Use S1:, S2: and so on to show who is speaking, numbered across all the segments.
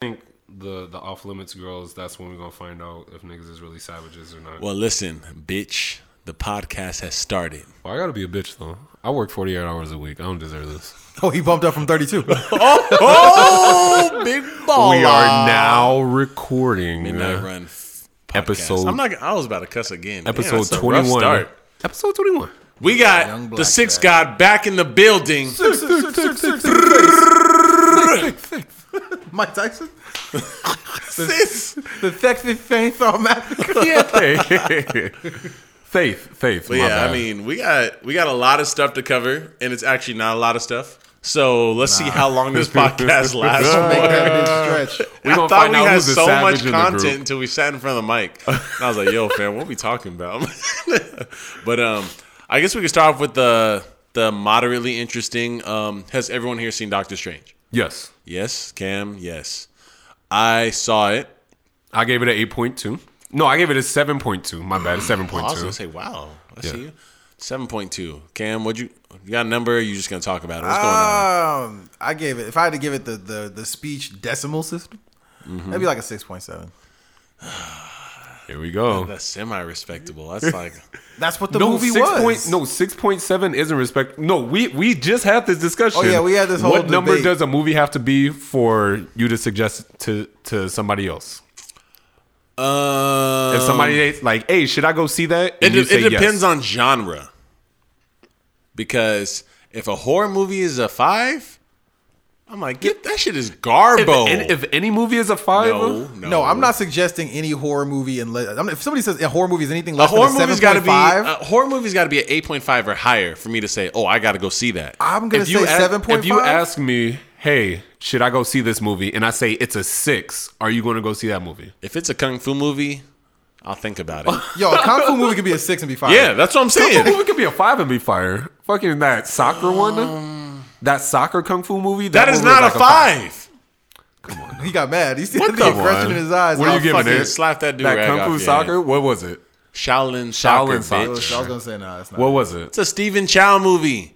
S1: think the the off limits girls. That's when we're gonna find out if niggas is really savages or not.
S2: Well, listen, bitch, the podcast has started.
S1: Well, I gotta be a bitch though. I work forty eight hours a week. I don't deserve this.
S3: Oh, he bumped up from 32.
S2: Oh, big ball.
S1: We are now recording
S2: Midnight
S1: uh,
S2: Run f- podcast.
S1: Episode-
S2: I'm not. I was about to cuss again. Damn,
S1: episode
S2: that's a rough
S1: twenty one.
S2: start.
S1: Episode twenty one.
S2: We
S3: Young
S2: got the
S3: black
S2: six god back in the building.
S3: Mike Tyson?
S2: Sis.
S3: The Texas Chainsaw Massacre.
S1: faith, faith.
S2: But
S1: my
S2: yeah,
S1: bad.
S2: I mean, we got we got a lot of stuff to cover, and it's actually not a lot of stuff. So let's see how long this podcast lasts.
S1: Don't
S3: Make that bitch stretch.
S1: we
S2: I
S1: gonna
S2: thought
S1: find
S2: we
S1: out
S2: had
S1: who's the
S2: so much
S1: savage in the group.
S2: content until we sat in front of the mic. And I was like, "Yo, fam, what we talking about?" but um, I guess we could start off with the the moderately interesting. Um, has everyone here seen Doctor Strange?
S1: Yes,
S2: Yes, Cam. Yes, I saw it.
S1: I gave it an eight point two. No, I gave it a seven point two. My bad, seven
S2: I
S1: point
S2: was
S1: two.
S2: gonna say, "Wow, I
S1: Yeah.
S2: see you." Seven point two. Cam, what you you got a number? Or you just gonna talk about it? What's going
S1: Ah.
S2: on?
S3: Um, I gave it, if I had to give it the, the, the speech decimal system, that'd be like a 6.7.
S1: Here we go.
S2: That's semi respectable. That's like
S3: That's what the
S1: No,
S3: movie
S1: six
S3: was.
S1: point no six point seven isn't respect. No, we we just had this discussion.
S3: Oh, yeah, we had this whole
S1: What number
S3: debate.
S1: does a movie have to be for you to suggest to to somebody else?
S2: uh,
S3: Um,
S1: If
S2: um,
S1: somebody like, hey, should I go see that?
S2: It,
S1: And you
S2: de-
S1: say
S2: it
S1: yes.
S2: depends on genre. Because if a horror movie is a five, I'm like, get that shit is
S1: If,
S2: garbo.
S1: any- if any movie is a five,
S2: no, no,
S3: No, I'm not suggesting any horror movie unless I'm, if somebody says a horror movie is anything
S2: A
S3: less
S2: horror
S3: than a
S2: movie's got to
S3: 7.5,
S2: be uh, a horror movie's got to be an eight point five or higher for me to say, oh, I got to go see that.
S3: I'm gonna
S1: if
S3: say
S1: you ask,
S3: seven point
S1: If you
S3: five.
S1: ask me, hey, should I go see this movie? And I say it's a six, are you going to go see that movie?
S2: If it's a kung fu movie, I'll think about it.
S3: Yo, a kung fu movie could be a six and be five.
S2: yeah, that's what I'm
S1: That
S2: saying.
S1: movie could be a five and be fire. Fucking that soccer one,
S3: Um,
S1: that soccer kung fu movie.
S2: That is
S1: one was
S2: not
S1: like
S2: a five.
S3: he got mad. He see
S2: What
S3: the
S2: the-
S3: aggression in his eyes.
S1: What
S3: I
S1: are you
S3: was
S1: giving
S3: fucking-
S1: it?
S2: slap that dude
S1: That
S2: rag
S1: kung
S2: off
S1: fu
S2: your
S1: soccer. What was it?
S2: Shaolin soccer,
S1: Shaolin soccer.
S2: bitch.
S3: I was gonna say no. It's not.
S1: What was it?
S2: It's a Stephen Chow movie.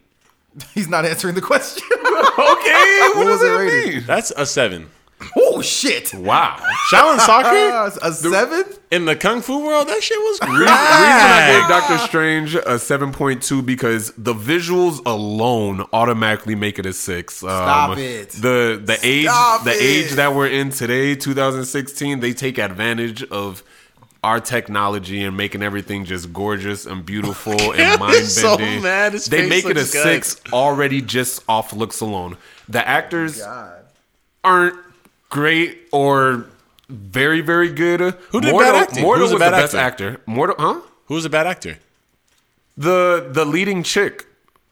S3: He's not answering the question.
S1: Okay, what,
S3: What
S1: does
S3: was it
S1: that
S3: rated?
S1: mean?
S2: That's a seven.
S3: oh shit!
S1: Wow.
S2: Shaolin soccer.
S3: Uh, a seven?
S2: in the kung fu world, that shit was great.
S1: Reason I gave Doctor Strange a seven point two because the visuals alone automatically make it a six. Um,
S3: Stop it.
S1: The the age
S3: Stop
S1: the
S3: it.
S1: age that we're in today, 2016, they take advantage of our technology and making everything just gorgeous and beautiful and
S2: Cam
S1: mind
S2: is so
S1: bending.
S2: mad. His
S1: they
S2: face
S1: make it a
S2: looks good.
S1: six already just off looks alone. The actors
S2: Oh
S1: aren't great or very very good. Who
S2: did bad acting?
S1: Mordo was,
S2: Who was a
S1: the
S2: bad
S1: best actor. Mordo, huh?
S2: Who was a bad actor?
S1: the the leading chick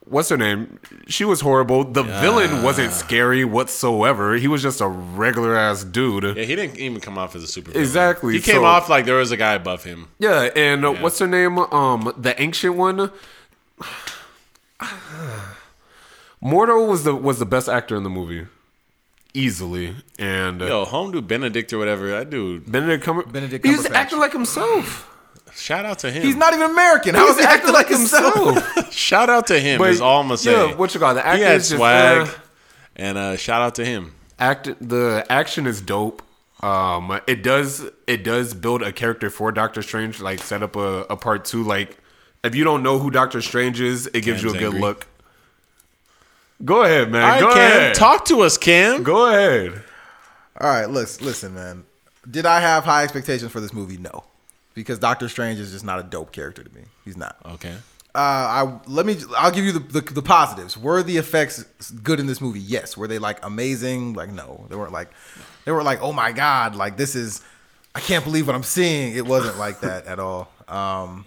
S1: what's her name she was horrible the villain wasn't scary whatsoever he was just a regular ass dude yeah,
S2: Yeah, he didn't even come off as a super. villain.
S1: Exactly,
S2: He came
S1: so-
S2: off like there was a guy above him.
S1: and uh what's her name um the ancient one mordo was the was the best actor in the movie easily and uh,
S2: Yo, home dude Benedict or whatever. That dude.
S1: benedict, Cumber-
S3: Benedict
S1: he was
S3: Cumberbatch.
S1: acting like himself
S2: Shout out to him.
S3: He's not even American. How is he acting like himself?
S2: Shout out to him.
S1: But,
S2: is all I'm gonna say.
S1: yeah, what you call it, the
S2: He
S1: actor
S2: had
S1: is just,
S2: swag,
S1: uh,
S2: and uh, shout out to him.
S1: act the action is dope um it does it does build a character for doctor strange like set up a, a part two like if you don't know who doctor strange is it gives
S2: Cam's
S1: you a good
S2: angry.
S1: look go ahead man
S2: All right,
S1: go
S2: Cam,
S1: ahead
S2: talk to us, Cam.
S1: go ahead
S3: All right, listen, listen, man. Did I have high expectations for this movie? No, because Doctor Strange is just not a dope character to me. He's not.
S2: Okay.
S3: Uh, I let me. I'll give you the, the the positives. Were the effects good in this movie? Yes. Were they like amazing? Like no, they weren't like they were like oh my god, like this is I can't believe what I'm seeing. It wasn't like that at all. Um,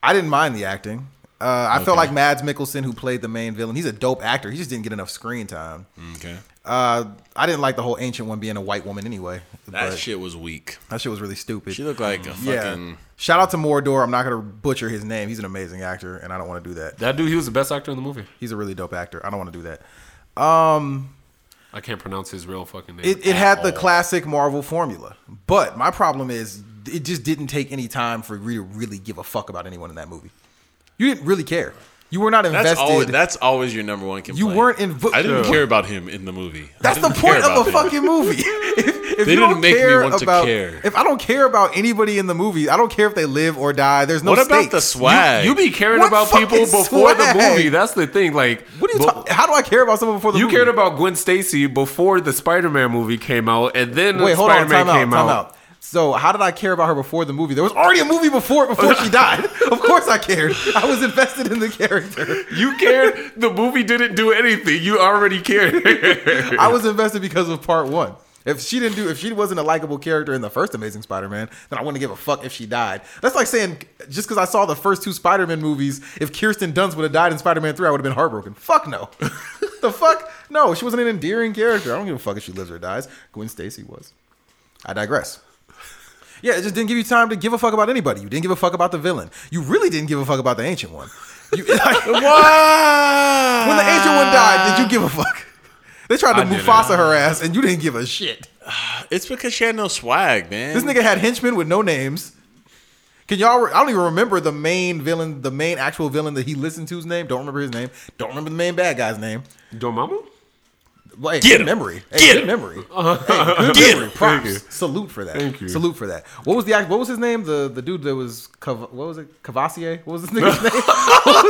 S3: I didn't mind the acting. Uh, I felt like Mads Mikkelsen, who played the main villain, he's a dope actor. He just didn't get enough screen time.
S2: Okay.
S3: Uh, I didn't like the whole ancient one being a white woman anyway.
S2: That
S3: but
S2: shit was weak.
S3: that shit was really stupid.
S2: She looked like a fucking.
S3: Shout out to Mordor. I'm not gonna butcher his name. He's an amazing actor, and I don't want to do that.
S1: that dude he was the best actor in the movie
S3: He's a really dope actor. I don't want to do that. Um,
S1: i can't pronounce his real fucking name
S3: it, it had the
S1: all.
S2: Oh.
S3: classic Marvel formula, but my problem is it just didn't take any time for you to really give a fuck about anyone in that movie. You didn't really care. You were not
S2: That's
S3: invested.
S2: always that's always your number one complaint.
S3: you weren't involved.
S2: I didn't care about him in the movie. I
S3: That's the
S2: didn't care
S3: point of
S2: about
S3: a
S2: him.
S3: fucking movie. if if
S2: They
S3: you
S2: didn't
S3: don't
S2: make me
S3: care
S2: want to
S3: about,
S2: care.
S3: If I don't care about anybody in the movie, I don't care if they live or die. There's no.
S2: What about the
S3: stakes.
S2: swag?
S1: You be caring
S3: What
S1: about people
S3: fucking
S1: before
S3: swag?
S1: the movie. That's the thing. Like,
S3: What are you?
S1: bu-
S3: talking? How do I care about someone before the
S1: You
S3: movie?
S1: cared about Gwen Stacy before the Spider-Man movie came out, and then
S3: Wait, hold
S1: Spider-Man
S3: on. Time out.
S1: came
S3: Time out. So how did I care about her before the movie? There was already a movie before before she died. Of course I cared. I was invested in the character.
S1: You cared. the movie didn't do anything. You already cared.
S3: I was invested because of part one. If she didn't do, if she wasn't a likable character in the first Amazing Spider-Man, then I wouldn't give a fuck if she died. That's like saying just because I saw the first two Spider-Man movies, if Kirsten Dunst would have died in Spider-Man three, I would have been heartbroken. Fuck no, the fuck no. She wasn't an endearing character. I don't give a fuck if she lives or dies. Gwen Stacy was. I digress. Yeah, it just didn't give you time to give a fuck about anybody. You didn't give a fuck about the villain. You really didn't give a fuck about the ancient one. You, like,
S2: What? Ah!
S3: when the ancient one died, did you give a fuck? They tried to
S1: I didn't.
S3: Mufasa her ass, and you didn't give a shit.
S2: It's because she had no swag, man.
S3: This nigga had henchmen with no names. Can y'all? Re- I don't even remember the main villain, the main actual villain that he listened to's name. Don't remember his name. Don't remember the main bad guy's name.
S1: Dormammu.
S3: Well, hey,
S2: Get
S3: good
S2: him.
S3: memory. Hey,
S2: Get
S3: good
S2: him.
S3: memory. Hey, good
S2: Get
S3: memory.
S2: him.
S3: Props.
S1: Thank you.
S3: Salute for that.
S1: Thank you.
S3: Salute for that. What was the act? What was his name? The the dude that was Cav- what was it? Cavassier? What was this nigga's name?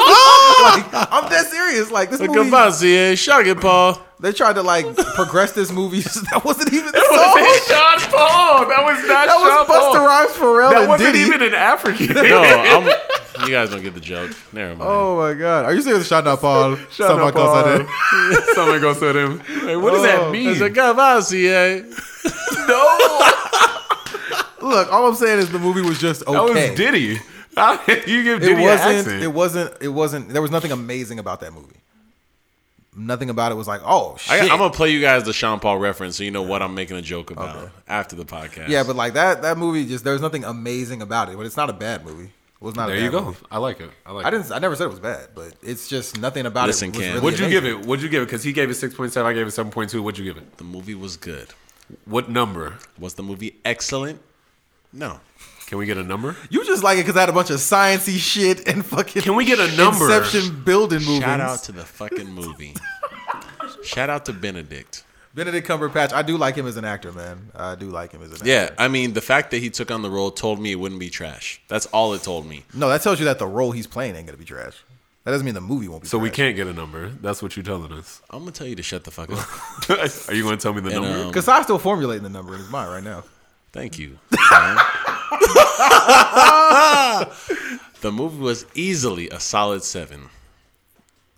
S3: like, I'm dead serious. Like this movie,
S2: Gavazia, Shaggy Paul.
S3: they tried to like progress this movie. that wasn't even the
S1: That
S3: song.
S1: was Sean Oh Paul. That was not
S3: Oh. That
S1: Sean
S3: was
S1: Paul.
S3: Buster Rhymes, Pharrell,
S1: That
S3: and
S1: wasn't
S3: Diddy.
S1: even an African.
S2: No, I'm, you guys don't get the joke. Never mind.
S3: Oh my god! Are you serious? Shout out Paul.
S1: Shout
S3: Shout out
S1: out
S3: Paul.
S1: Paul. Someone goes to him. Like, what does
S3: Oh,
S1: that
S2: It's
S1: mean?
S2: a Gavazia.
S1: no,
S3: Look, all I'm saying is the movie was just okay.
S1: that was Diddy. How did you give
S3: It
S1: Diddy an
S3: wasn't.
S1: accent?
S3: It wasn't. It wasn't. There was nothing amazing about that movie. Nothing about it was like, oh
S2: I,
S3: shit.
S2: I'm gonna play you guys the Sean Paul reference, so you know what I'm making a joke about after the podcast.
S3: yeah, but like that. That movie just there was nothing amazing about it. But it's not a bad movie. It was not.
S1: there
S3: a bad
S1: you go.
S3: movie.
S1: I like it. I like.
S3: I
S1: it.
S3: didn't. I never said it was bad, but it's just nothing about
S2: Listen,
S3: it. was
S2: Cam.
S3: really
S1: What'd you
S3: amazing.
S1: give it? What'd you give it? Because he gave it six point seven. I gave it seven point two. What'd you give it?
S2: the movie was good.
S1: What number?
S2: Was the movie excellent? No.
S1: Can we get a number?
S3: You just like it because I had a bunch of sciency shit and fucking.
S1: Can we get a number?
S3: Inception building movies.
S2: Shout out to the fucking movie. Shout out to Benedict.
S3: Benedict Cumberbatch. I do like him as an actor, man. I do like him as an actor.
S2: Yeah, I mean the fact that he took on the role told me it wouldn't be trash. That's all it told me.
S3: No, that tells you that the role he's playing ain't gonna be trash. That doesn't mean the movie won't be.
S1: So we
S3: trash.
S1: can't get a number. That's what you're telling us.
S2: I'm gonna tell you to shut the fuck up.
S1: Are you going to tell me the
S2: And,
S1: number?
S2: um,
S3: Because I'm still formulating the number in his mind right now.
S2: Thank you. Brian. the movie was easily a solid seven.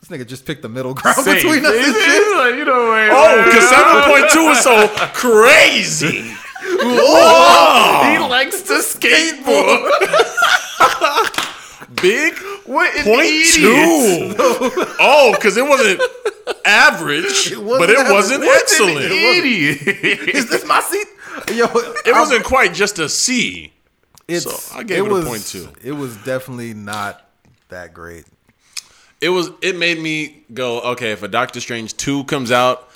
S3: This nigga just picked the middle ground
S1: Safe.
S3: between us. And
S1: It's-
S3: shit.
S1: it's like, you know what?
S2: because Oh, seven point two is so crazy.
S3: Oh,
S1: he likes to skateboard.
S2: Big
S1: What an
S2: point
S1: idiot.
S2: two. Oh, because it wasn't average, but
S3: wasn't
S2: it
S3: average.
S2: wasn't
S3: What
S2: excellent. It,
S1: Idiot.
S3: Is this my seat? Yo, it
S2: wasn't quite just a C.
S3: It's,
S2: so I gave it a
S3: was,
S2: point two.
S3: It was definitely not that great.
S2: It was. It made me go, okay. If a Doctor Strange two comes out,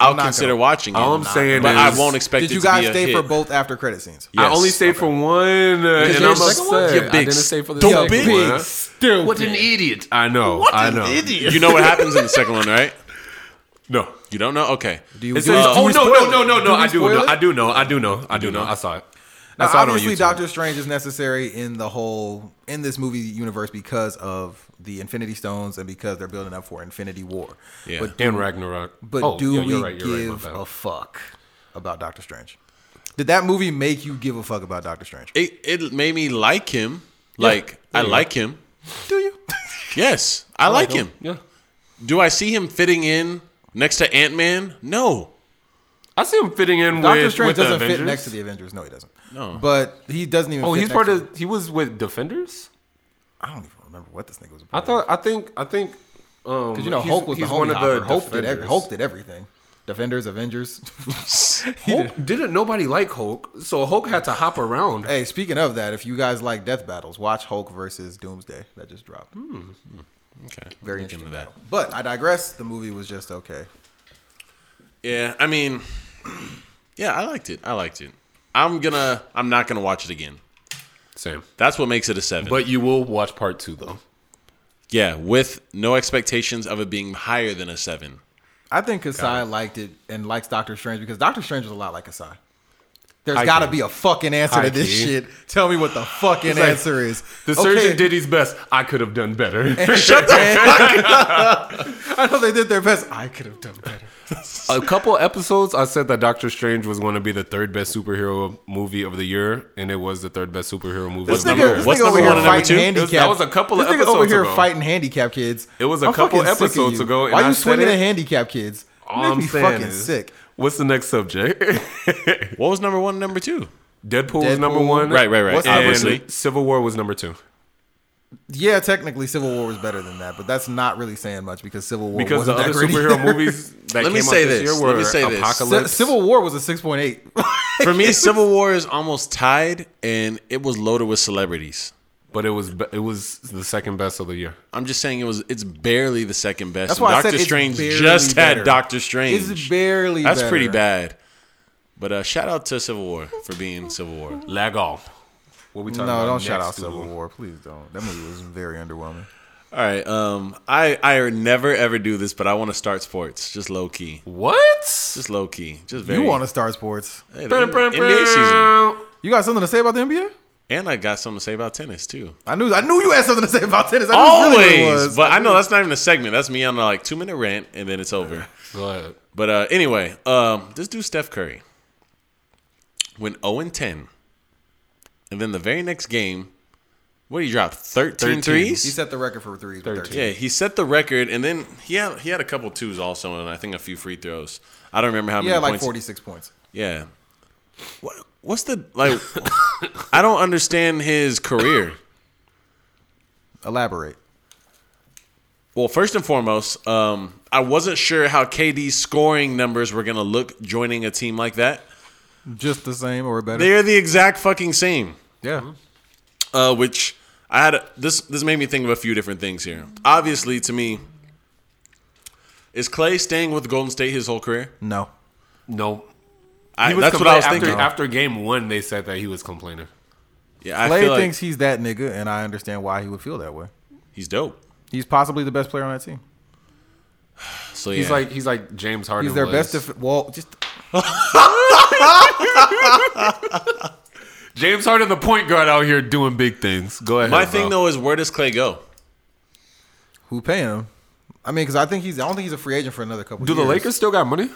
S2: I'll
S3: not
S2: consider
S3: gonna-
S2: watching it.
S1: All I'm saying
S2: but
S1: is-
S2: I won't expect.
S3: Did
S2: it
S3: you
S2: to
S3: guys
S2: be a
S3: stay
S2: hit.
S3: for both after credit scenes?
S2: Yeah.
S1: I only
S2: Yes.
S1: stayed for one, uh,
S3: you
S1: and
S3: get
S1: I'm
S3: the second one?
S1: upset.
S2: You
S1: I
S2: big
S1: didn't stay for the
S2: stupid-
S1: second one.
S2: Big
S3: stupid.
S1: What an idiot! I know. I know.
S2: You know what happens in the second one, right?
S1: No.
S2: You don't know. Okay.
S3: Do you,
S1: It's
S3: do,
S1: a,
S3: do
S1: oh
S3: we
S1: no,
S3: spoil
S1: no
S3: it?
S1: no no no!
S3: we
S1: I do
S3: spoil
S1: know.
S3: it?
S1: I do know. I do know. I do know. I saw it. I
S3: Now,
S1: saw it on
S3: obviously,
S1: YouTube.
S3: Doctor Strange is necessary in the whole in this movie universe because of the Infinity Stones and because they're building up for Infinity War.
S2: Yeah.
S3: But
S1: and Ragnarok.
S3: But
S1: Oh,
S3: do
S1: yeah,
S3: we
S1: you're right, you're right, my
S3: give
S1: bad.
S3: a fuck about Doctor Strange? Did that movie make you give a fuck about Doctor Strange?
S2: It it made me like him. Like I like him.
S3: Do you?
S2: Yes,
S3: Oh,
S2: I, like him.
S1: Yeah.
S2: Do I see him fitting in next to Ant Man? No.
S1: I see him fitting in
S3: Doctor
S1: with,
S3: Strange
S1: with the
S3: doesn't
S1: Avengers.
S3: fit next to the Avengers. No, he doesn't.
S2: No.
S3: But he doesn't even.
S1: Oh,
S3: fit
S1: he's
S3: next
S1: part
S3: to-
S1: of. He was with Defenders.
S3: I don't even remember what this nigga was. a
S1: I
S3: part of.
S1: thought. I think. I think. Um,
S3: you know
S1: he's-
S3: Hulk was
S1: he's
S3: the one of the Hulk did, ev-
S1: Defenders.
S3: Hulk did everything. Defenders, Avengers.
S1: Hulk didn't nobody like Hulk, so Hulk had to hop around.
S3: hey, speaking of that, if you guys like death battles, watch Hulk versus Doomsday that just dropped.
S1: Hmm.
S2: Okay.
S3: Very
S2: Look into
S3: interesting.
S2: that.
S3: battle. But I digress. The movie was just okay.
S2: Yeah, I mean, yeah, I liked it. I liked it. I'm gonna. I'm not gonna watch it again.
S1: Same.
S2: That's what makes it a seven.
S1: But you will watch part two though.
S2: Yeah, with no expectations of it being higher than a seven.
S3: I think Kasai liked it and likes Doctor Strange because Doctor Strange is a lot like Kasai. There's got to
S1: key.
S3: be a fucking answer
S1: High
S3: to this
S1: key.
S3: shit. Tell me what the fucking
S1: like,
S3: answer is.
S1: The surgeon did his best. I could have done better.
S3: Shut the fuck up. I know they did their best. I could have done better.
S1: a couple episodes, I said that Doctor Strange was going to be the third best superhero movie of the year, and it was the third best superhero movie. of
S3: This
S1: the
S3: nigga,
S2: number-
S1: year.
S3: this
S2: what's
S3: nigga
S2: number
S3: over here
S2: one and number
S3: fighting
S2: two?
S3: handicap.
S1: That was a couple of
S3: this nigga over
S1: episodes
S3: here
S1: ago.
S3: fighting handicap kids.
S1: It was a
S3: I'm
S1: couple
S3: fucking sick of
S1: episodes
S3: you.
S1: ago, and
S3: Why
S1: I
S3: you
S1: said
S3: swinging
S1: it.
S3: at handicap kids?
S1: All
S3: Make
S1: I'm
S3: me
S1: saying
S3: fucking
S1: is-
S3: sick.
S1: What's the next subject? Deadpool,
S2: What was number one and number two?
S1: was number
S3: Deadpool.
S1: one.
S2: Right, right, right.
S1: What's-
S2: Obviously.
S1: and Civil War was number two
S3: Yeah, technically Civil War was better than that, but that's not really saying much because Civil War
S1: because the
S3: wasn't
S1: other
S3: that great
S1: superhero
S3: either.
S1: movies that
S2: Let me
S1: came
S2: say
S1: out this,
S2: this.
S1: year were
S2: Let me say this.
S3: Ci-
S1: Apocalypse.
S3: Civil War was a six point eight.
S2: For me, Civil War is almost tied, and it was loaded with celebrities.
S1: but it was be- it was the second best of the year.
S2: I'm just saying it was. It's barely the second best.
S3: That's why I
S2: Doctor
S3: said it's
S2: Strange
S3: barely
S2: just
S3: better.
S2: had Doctor Strange.
S3: It's barely.
S2: That's
S3: better.
S2: pretty bad. But uh, shout out to Civil War for being Civil War.
S1: Lag off. What we
S3: No,
S1: talking about?
S3: don't shout
S1: next,
S3: out Civil
S1: dude?
S3: War, please don't. That movie was very underwhelming.
S2: All right. Um, I I never ever do this, but I want to start sports, just low key,
S1: What?
S2: just low key, just very.
S3: You want to start sports?
S2: Hey, the NBA season?
S3: You got something to say about the NBA?
S2: And I got something to say about tennis too.
S3: I knew, I knew you had something to say about tennis. I knew
S2: Always,
S3: Oh, really what it was.
S2: but I know that's not even a segment. That's me on a like two minute rant, and then it's over.
S1: Go ahead.
S2: But uh, anyway, um, this dude Steph Curry went 0 and 10, and then the very next game, what did he drop? 13,
S1: 13.
S3: he
S2: threes.
S3: set the record for threes. with 13.
S2: Yeah, he set the record, and then he had he had a couple twos also, and I think a few free throws. I don't remember how
S3: He
S2: many
S3: had like
S2: points.
S3: forty six points.
S2: Yeah. What what's the like? I don't understand his career.
S3: Elaborate.
S2: Well, first and foremost, um, I wasn't sure how KD's scoring numbers were gonna look joining a team like that.
S3: Just the same or better.
S2: They are the exact fucking same.
S3: yeah.
S2: Uh, which I had this this made me think of a few different things here. Obviously, to me, is Clay staying with Golden State his whole career?
S3: No.
S1: No.
S2: I,
S1: He was
S2: that's what I was
S1: complaining-
S2: thinking.
S1: After, after game one, they said that he was complaining.
S2: yeah, I
S3: Clay
S2: feel like
S3: thinks he's that nigga, and I understand why he would feel that way.
S2: he's dope.
S3: He's possibly the best player on that team.
S2: So yeah.
S1: He's like he's like James Harden.
S3: He's their
S1: was.
S3: best. Def- well, just
S1: James Harden, the point guard out here doing big things. Go ahead.
S2: my
S1: bro.
S2: thing though is where does Clay go?
S3: who paying him? I mean, because I think he's. I don't think he's a free agent for another couple.
S1: do the
S3: years.
S1: Lakers still got money?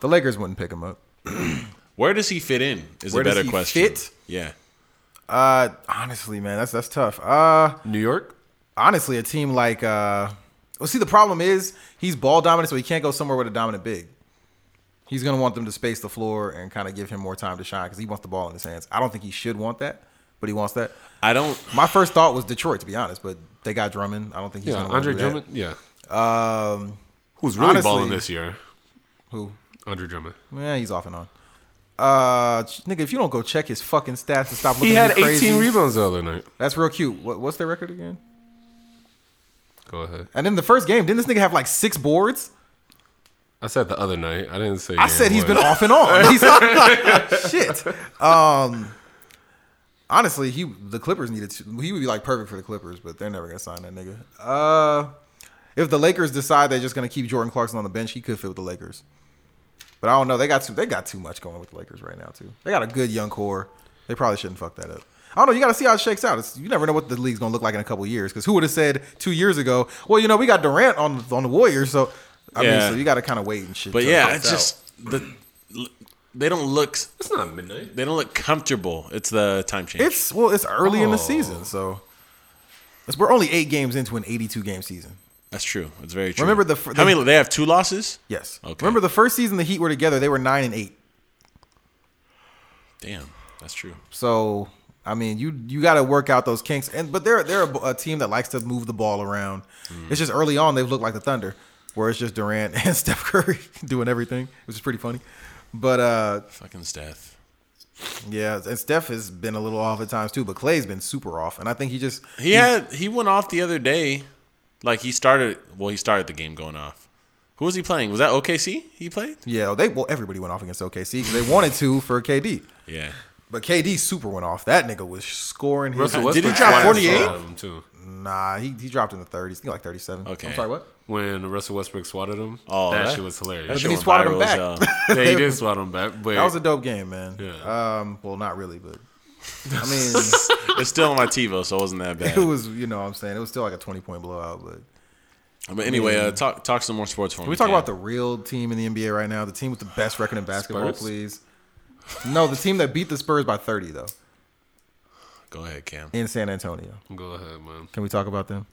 S3: The Lakers wouldn't pick him up.
S2: Where does he fit in? Is
S3: Where
S2: a
S3: does
S2: better
S3: he
S2: question.
S3: fit?
S2: Yeah.
S3: Uh, honestly, man, that's that's tough. Uh,
S1: New York.
S3: honestly, a team like uh, well, see, the problem is he's ball dominant, so he can't go somewhere with a dominant big. He's gonna want them to space the floor and kind of give him more time to shine because he wants the ball in his hands. I don't think he should want that, but he wants that.
S2: I don't.
S3: My first thought was Detroit, to be honest, but they got Drummond. I don't think he's
S1: Yeah,
S3: gonna wanna
S1: Andre
S3: do that.
S1: Drummond. Yeah,
S3: Um,
S1: who's really
S3: honestly-
S1: balling this year?
S3: who?
S1: Andre Drummond.
S3: Yeah, he's off and on. Uh, ch- nigga, if you don't go check his fucking stats and stop looking,
S1: He
S3: at
S1: had
S3: me crazy,
S1: 18 rebounds the other night.
S3: That's real cute. What, what's their record again?
S1: Go ahead.
S3: And in the first game, didn't this nigga have like six boards?
S1: I said the other night. I didn't say.
S3: I said he's
S1: he's
S3: been off and on. He's- shit. Um, honestly, he the Clippers needed to. He would be like perfect for the Clippers, but they're never gonna sign that nigga. Uh, if the Lakers decide they're just gonna keep Jordan Clarkson on the bench, he could fit with the Lakers. But I don't know. They got too. They got too much going with the Lakers right now too. They got a good young core. They probably shouldn't fuck that up. I don't know. You got to see how it shakes out. It's, you never know what the league's gonna look like in a couple years. Because who would have said two years ago? Well, you know, we got Durant on on the Warriors, so I mean,
S2: Yeah.
S3: so you got to kind of wait and shit.
S2: But
S3: till it
S2: yeah,
S3: shakes
S2: it's
S3: out.
S2: just the they don't look
S1: It's not midnight.
S2: they don't look comfortable. It's the time change.
S3: It's well, it's early in the
S1: Oh.
S3: season, so it's, we're only eight games into an 82 game season.
S2: That's true. It's very true.
S3: Remember the fir-
S2: how many they have two losses?
S3: Yes.
S2: Okay.
S3: Remember the first season the Heat were together, they were nine and eight.
S2: Damn, that's true.
S3: So I mean, you you got to work out those kinks. And but they're they're a, a team that likes to move the ball around. It's just early on they've looked like the Thunder, where it's just Durant and Steph Curry doing everything, which is pretty funny. But uh,
S2: Fucking Steph.
S3: yeah, and Steph has been a little off at times too. But Clay's been super off, and I think he just
S2: He had he went off the other day. Like he started. Well, he started the game going off. Who was he playing? Was that OKC? He played.
S3: yeah they well everybody went off against OKC because they wanted to for KD.
S2: Yeah.
S3: But KD super went off. That nigga was scoring his.
S1: Russell
S2: Did he
S1: Westbrook
S2: drop
S1: twice
S2: 48?
S1: on him, too.
S3: Nah, he, he dropped in the 30s. I think like 37.
S2: Okay.
S3: I'm sorry, what?
S1: when Russell Westbrook swatted him.
S2: Oh,
S1: that,
S2: that-
S1: shit was
S2: That
S1: hilarious.
S2: shit
S3: he
S2: went
S3: swatted him
S2: viral
S3: back.
S2: as
S1: yeah, he did swat him back, but
S3: That was a dope game, man.
S1: Yeah.
S3: Um, well, not really, but I mean,
S2: hell. It's still on my TiVo, so it wasn't that bad.
S3: it was, you know what I'm saying? It was still like a 20 point blowout, but.
S2: But anyway, uh, talk talk some more sports for me.
S3: Can we talk about the real team in the NBA right now? The team with the best record in basketball,
S1: Spurs?
S3: please. No, the team that beat the Spurs by 30 though
S2: Go ahead, Cam.
S3: in San Antonio.
S1: go ahead, man.
S3: Can we talk about them?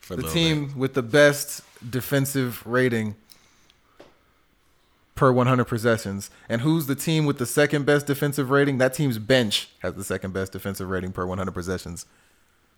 S2: For a
S3: The
S2: little
S3: team with the best defensive rating per 100 possessions. And who's the team with the second best defensive rating? That team's bench has the second best defensive rating per 100 possessions.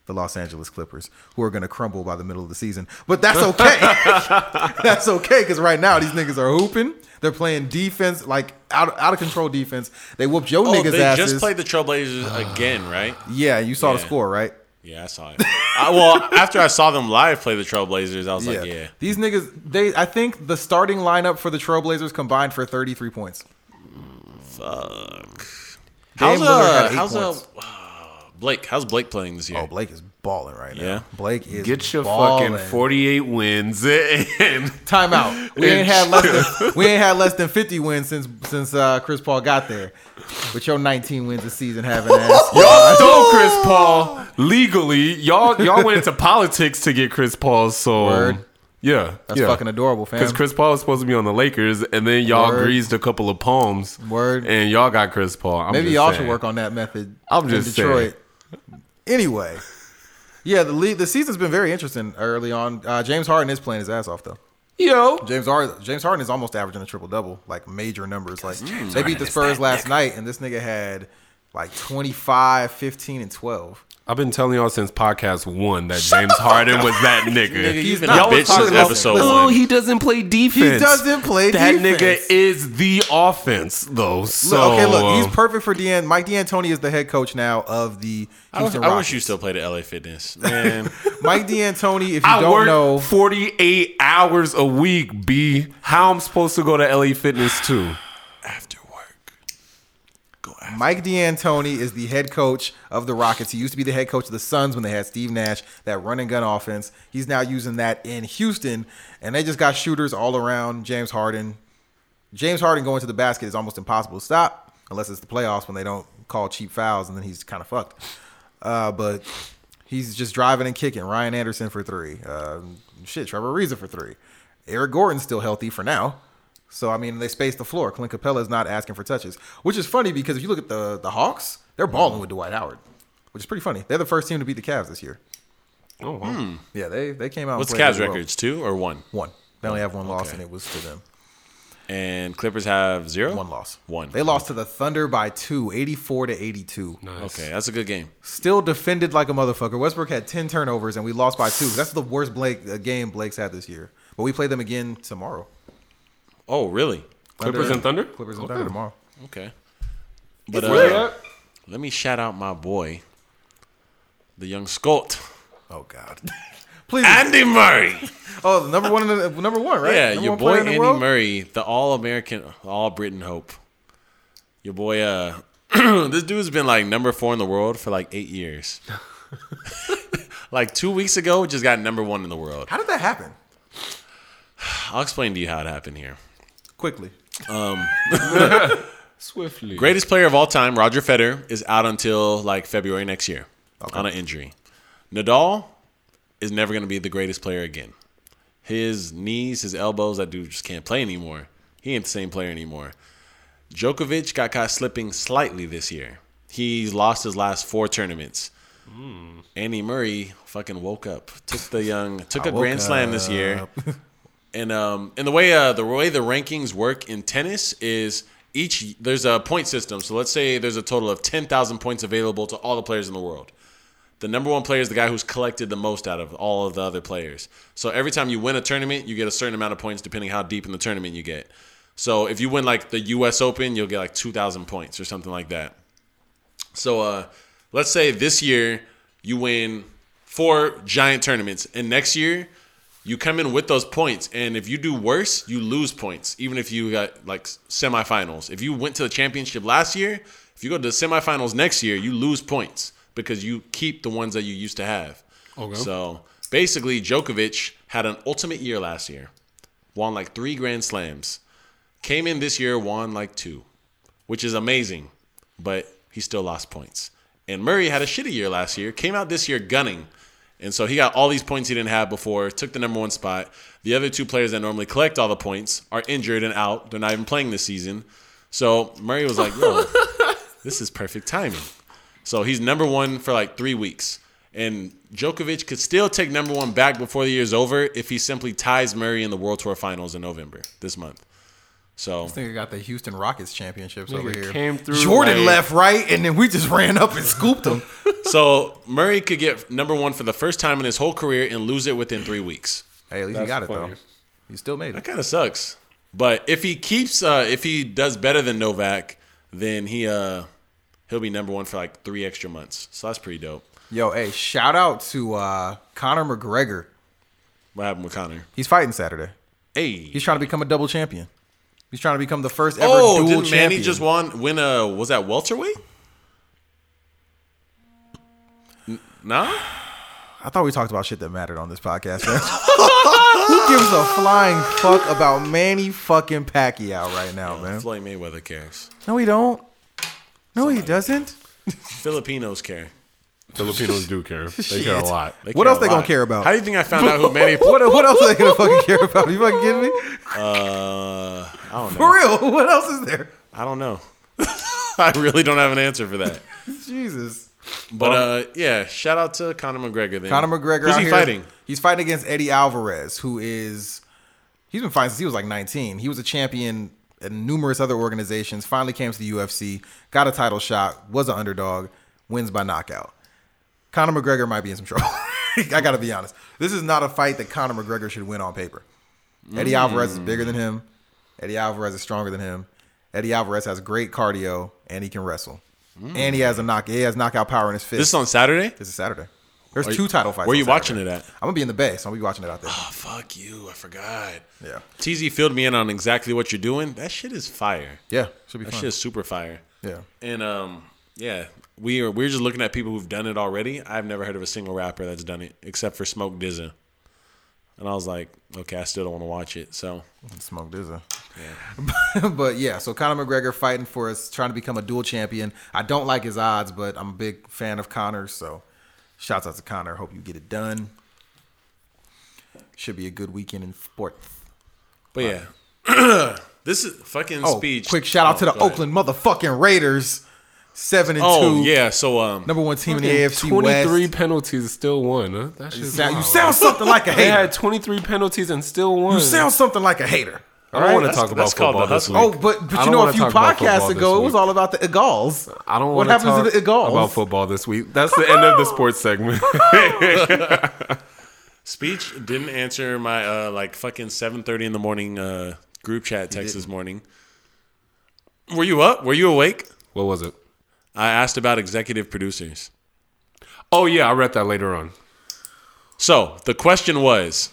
S3: The Los Angeles Clippers, who are going to crumble by the middle of the season. But that's okay. that's okay because right now these niggas are hooping. They're playing defense, like out, out of control defense. They whooped your
S2: bit. Oh,
S3: niggas'
S2: they
S3: asses.
S2: just played the Trailblazers again, right?
S3: yeah, you saw the
S2: Yeah.
S3: score, right?
S2: Yeah, I saw it. I, well, after I saw them live play the Trailblazers, I was like, yeah.
S3: These niggas, they I think the starting lineup for the Trailblazers combined for 33 points.
S2: Fuck.
S3: Dame
S2: How's
S3: Lillard had
S2: uh,
S3: eight
S2: how's uh,
S3: points.
S2: Blake? How's Blake playing this year?
S3: Oh, Blake is balling right now.
S2: Yeah.
S3: Blake is
S1: Get your
S3: balling.
S1: fucking forty-eight wins and
S3: Time out. We ain't had less than we ain't had less than 50 wins since since uh, Chris Paul got there. But your 19 wins a season having ass.
S1: y'all stole Chris Paul legally. Y'all y'all went into politics to get Chris Paul. So
S3: Word.
S1: yeah,
S3: That's fucking adorable, fam.
S1: Because Chris Paul was supposed to be on the Lakers, and then y'all
S3: Word.
S1: greased a couple of palms.
S3: Word.
S1: And y'all got Chris Paul. I'm
S3: Maybe
S1: just
S3: y'all should
S1: saying.
S3: work on that method.
S1: I'm
S3: in
S1: just
S3: Detroit. Anyway, yeah, the league, the season's been very interesting early on. Uh, James Harden is playing his ass off though.
S1: Yo,
S3: James Harden, James Harden is almost averaging a triple double, like major numbers. Like they beat the Spurs last night, and this nigga had like 25, 15, and 12.
S1: I've been telling y'all since podcast one that James Harden was that nigga.
S2: Nigga, you've been
S1: Y'all
S2: a
S1: was
S2: bitch
S1: talking
S2: since
S1: about-
S2: episode
S1: Oh,
S2: one.
S1: he doesn't play defense.
S3: He doesn't play
S1: That
S3: defense.
S1: nigga is the offense, though.
S3: Look,
S1: So
S3: okay, look, he's
S1: um,
S3: perfect for Dean. Mike D'Antoni is the head coach now of the
S2: I wish,
S3: Houston
S2: I wish
S3: Rockets.
S2: you still played at LA Fitness, man.
S3: Mike D'Antoni, if you
S1: I
S3: don't
S1: work
S3: know,
S1: 48 hours a week, B. How I'm supposed to go to LA Fitness too?
S2: after work, go after.
S3: Mike D'Antoni is the head coach of the Rockets. He used to be the head coach of the Suns when they had Steve Nash, that run and gun offense. He's now using that in Houston, and they just got shooters all around. James Harden, James Harden going to the basket is almost impossible to stop unless it's the playoffs when they don't call cheap fouls, and then he's kind of fucked. Uh, but he's just driving and kicking. Ryan Anderson for three. Uh, shit, Trevor Ariza for three. Eric Gordon's still healthy for now. So I mean, they space the floor. Clint Capella is not asking for touches, which is funny because if you look at the the Hawks, they're balling with Dwight Howard, which is pretty funny. They're the first team to beat the Cavs this year.
S1: Oh, wow.
S3: Yeah, they they came out. and
S2: What's
S3: played
S2: Cavs
S3: really well.
S2: records? Two or one?
S3: One. They only have one loss,
S2: Okay.
S3: and it was to them.
S2: And Clippers have zero.
S3: One loss.
S2: One.
S3: They lost to the Thunder by two, 84 to 82.
S2: Okay, that's a good game.
S3: Still defended like a motherfucker. Westbrook had 10 turnovers, and we lost by two. That's the worst Blake uh, game Blake's had this year. But we play them again tomorrow.
S2: Oh, really?
S1: Clippers and Thunder?
S3: Clippers and Thunder tomorrow.
S2: Okay. But
S1: Where they
S2: uh,
S1: at?
S2: let me shout out my boy, the young sculpt,
S3: Oh, God. Please.
S2: Andy Murray.
S3: oh, the number one, in the, number one, right?
S2: Yeah,
S3: number
S2: your
S3: one
S2: boy
S3: player in the
S2: Andy
S3: world?
S2: Murray, the all American, all Britain hope. Your boy, uh, this dude's been like number four in the world for like eight years. like two weeks ago, just got number one in the world.
S3: How did that happen?
S2: I'll explain to you how it happened here.
S3: Quickly.
S1: Swiftly.
S2: Greatest player of all time, Roger Federer, is out until like February next year on an injury. Nadal is never going to be the greatest player again. His knees, his elbows, that dude just can't play anymore. He ain't the same player anymore. Djokovic got caught slipping slightly this year. He's lost his last four tournaments. Andy Murray fucking woke up, took the young, took a grand slam this year. And um, and the way uh, the way the rankings work in tennis is each there's a point system. So let's say there's a total of ten thousand points available to all the players in the world. The number one player is the guy who's collected the most out of all of the other players. So every time you win a tournament, you get a certain amount of points depending how deep in the tournament you get. So if you win like the U.S. Open, you'll get like two thousand points or something like that. So uh, let's say this year you win four giant tournaments, and next year you come in with those points. And if you do worse, you lose points, even if you got like semifinals. If you went to the championship last year, if you go to the semifinals next year, you lose points because you keep the ones that you used to have.
S1: Okay.
S2: So basically, Djokovic had an ultimate year last year, won like three Grand Slams, came in this year, won like two, which is amazing, but he still lost points. And Murray had a shitty year last year, came out this year gunning. And so he got all these points he didn't have before, took the number one spot. The other two players that normally collect all the points are injured and out. They're not even playing this season. So Murray was like, yo, this is perfect timing. So he's number one for like three weeks. And Djokovic could still take number one back before the year's over if he simply ties Murray in the World Tour Finals in November this month. So
S3: I think I got the Houston Rockets championships over
S1: Nigga
S3: here.
S1: came through
S3: Jordan
S1: like-
S3: left, right, and then we just ran up and scooped him.
S2: so Murray could get number one for the first time in his whole career and lose it within three weeks.
S3: hey, at least
S1: That's
S3: he got it
S1: funny.
S3: though. He still made
S2: That
S3: it.
S2: kind of sucks. But if he keeps, uh, if he does better than Novak, then he uh, he'll be number one for like three extra months. So that's pretty dope.
S3: Yo, hey, shout out to uh, Conor McGregor.
S2: What happened with Connor?
S3: He's fighting Saturday.
S2: Hey,
S3: He's trying to become a double champion. He's trying to become the first ever
S2: oh,
S3: dual
S2: didn't
S3: champion.
S2: Manny just won? Win uh, was that welterweight? N- nah.
S3: I thought we talked about shit that mattered on this podcast. man. Who gives a flying fuck about Manny fucking Pacquiao right now, man?
S2: Floyd Mayweather cares.
S3: No, he don't. No, he doesn't.
S2: Filipinos care.
S1: Filipinos do care. They care a
S3: Shit.
S1: lot.
S2: They
S3: What
S2: care
S3: else
S2: a
S3: they gonna
S2: lot.
S3: care about?
S2: How do you think I found out who Manny?
S3: What, what else are they gonna fucking care about? You fucking kidding me?
S2: Uh, I don't know.
S3: For real, what else is there?
S2: I don't know. I really don't have an answer for that.
S3: Jesus.
S2: But uh, yeah, shout out to Conor McGregor. Then
S3: Conor McGregor.
S2: Who's
S3: out
S2: he
S3: here-
S2: fighting?
S3: He's fighting against Eddie Alvarez, who is he's been fighting since he was like 19. He was a champion in numerous other organizations. Finally came to the UFC, got a title shot, was an underdog, wins by knockout. Conor McGregor might be in some trouble. I gotta be honest. This is not a fight that Conor McGregor should win on paper. Eddie Alvarez is bigger than him. Eddie Alvarez is stronger than him. Eddie Alvarez has great cardio and he can wrestle. And he has a knock. He has knockout power in his fist.
S2: This is on Saturday.
S3: This is Saturday. There's two title fights.
S2: Where
S3: on
S2: you
S3: Saturday.
S2: watching it at?
S3: I'm gonna be in the Bay, so I'm gonna be watching it out there.
S2: Oh, fuck you! I forgot.
S3: Yeah,
S2: TZ filled me in on exactly what you're doing. That shit is fire.
S3: yeah, should be
S2: That
S3: fun.
S2: shit is super fire.
S3: Yeah,
S2: And um, yeah, we are we're just looking at people who've done it already. I've never heard of a single rapper that's done it except for Smoke Dizza. And I was like, okay, I still don't want to watch it. So
S3: smoke dizza. Yeah. but yeah, so Conor McGregor fighting for us, trying to become a dual champion. I don't like his odds, but I'm a big fan of Conor, so shouts out to Conor. Hope you get it done. Should be a good weekend in sports.
S2: But yeah, this is fucking
S3: Oh,
S2: speech.
S3: quick shout out
S2: Oh,
S3: to the
S2: go ahead.
S3: Oakland motherfucking Raiders, seven and two.
S2: Oh yeah, so um,
S3: number one team in the
S1: Fucking
S3: AFC
S1: 23
S3: West.
S1: penalties, still won. Huh? That
S3: You
S1: shit
S3: sound, you sound something like a
S1: They
S3: hater.
S1: had 23 penalties and still won.
S3: You sound something like a hater.
S1: I don't want to
S2: That's-
S1: talk about
S2: that's called
S1: football
S2: the
S1: this
S2: hustle.
S1: week.
S3: Oh, but
S1: I
S3: but you
S1: don't
S3: know,
S1: wanna
S3: a few
S1: talk about
S3: podcasts
S1: football this
S3: ago, it was
S1: week.
S3: all about the Eagals.
S1: I don't
S3: What
S1: want to talk
S3: happens to the Eagles?
S1: about football this week. That's the end of the sports segment.
S2: speech didn't answer my uh like fucking seven thirty in the morning uh group chat text this morning. Were you up? Were you awake?
S1: what was it?
S2: I asked about executive producers.
S1: Oh yeah, I read that later on.
S2: So the question was,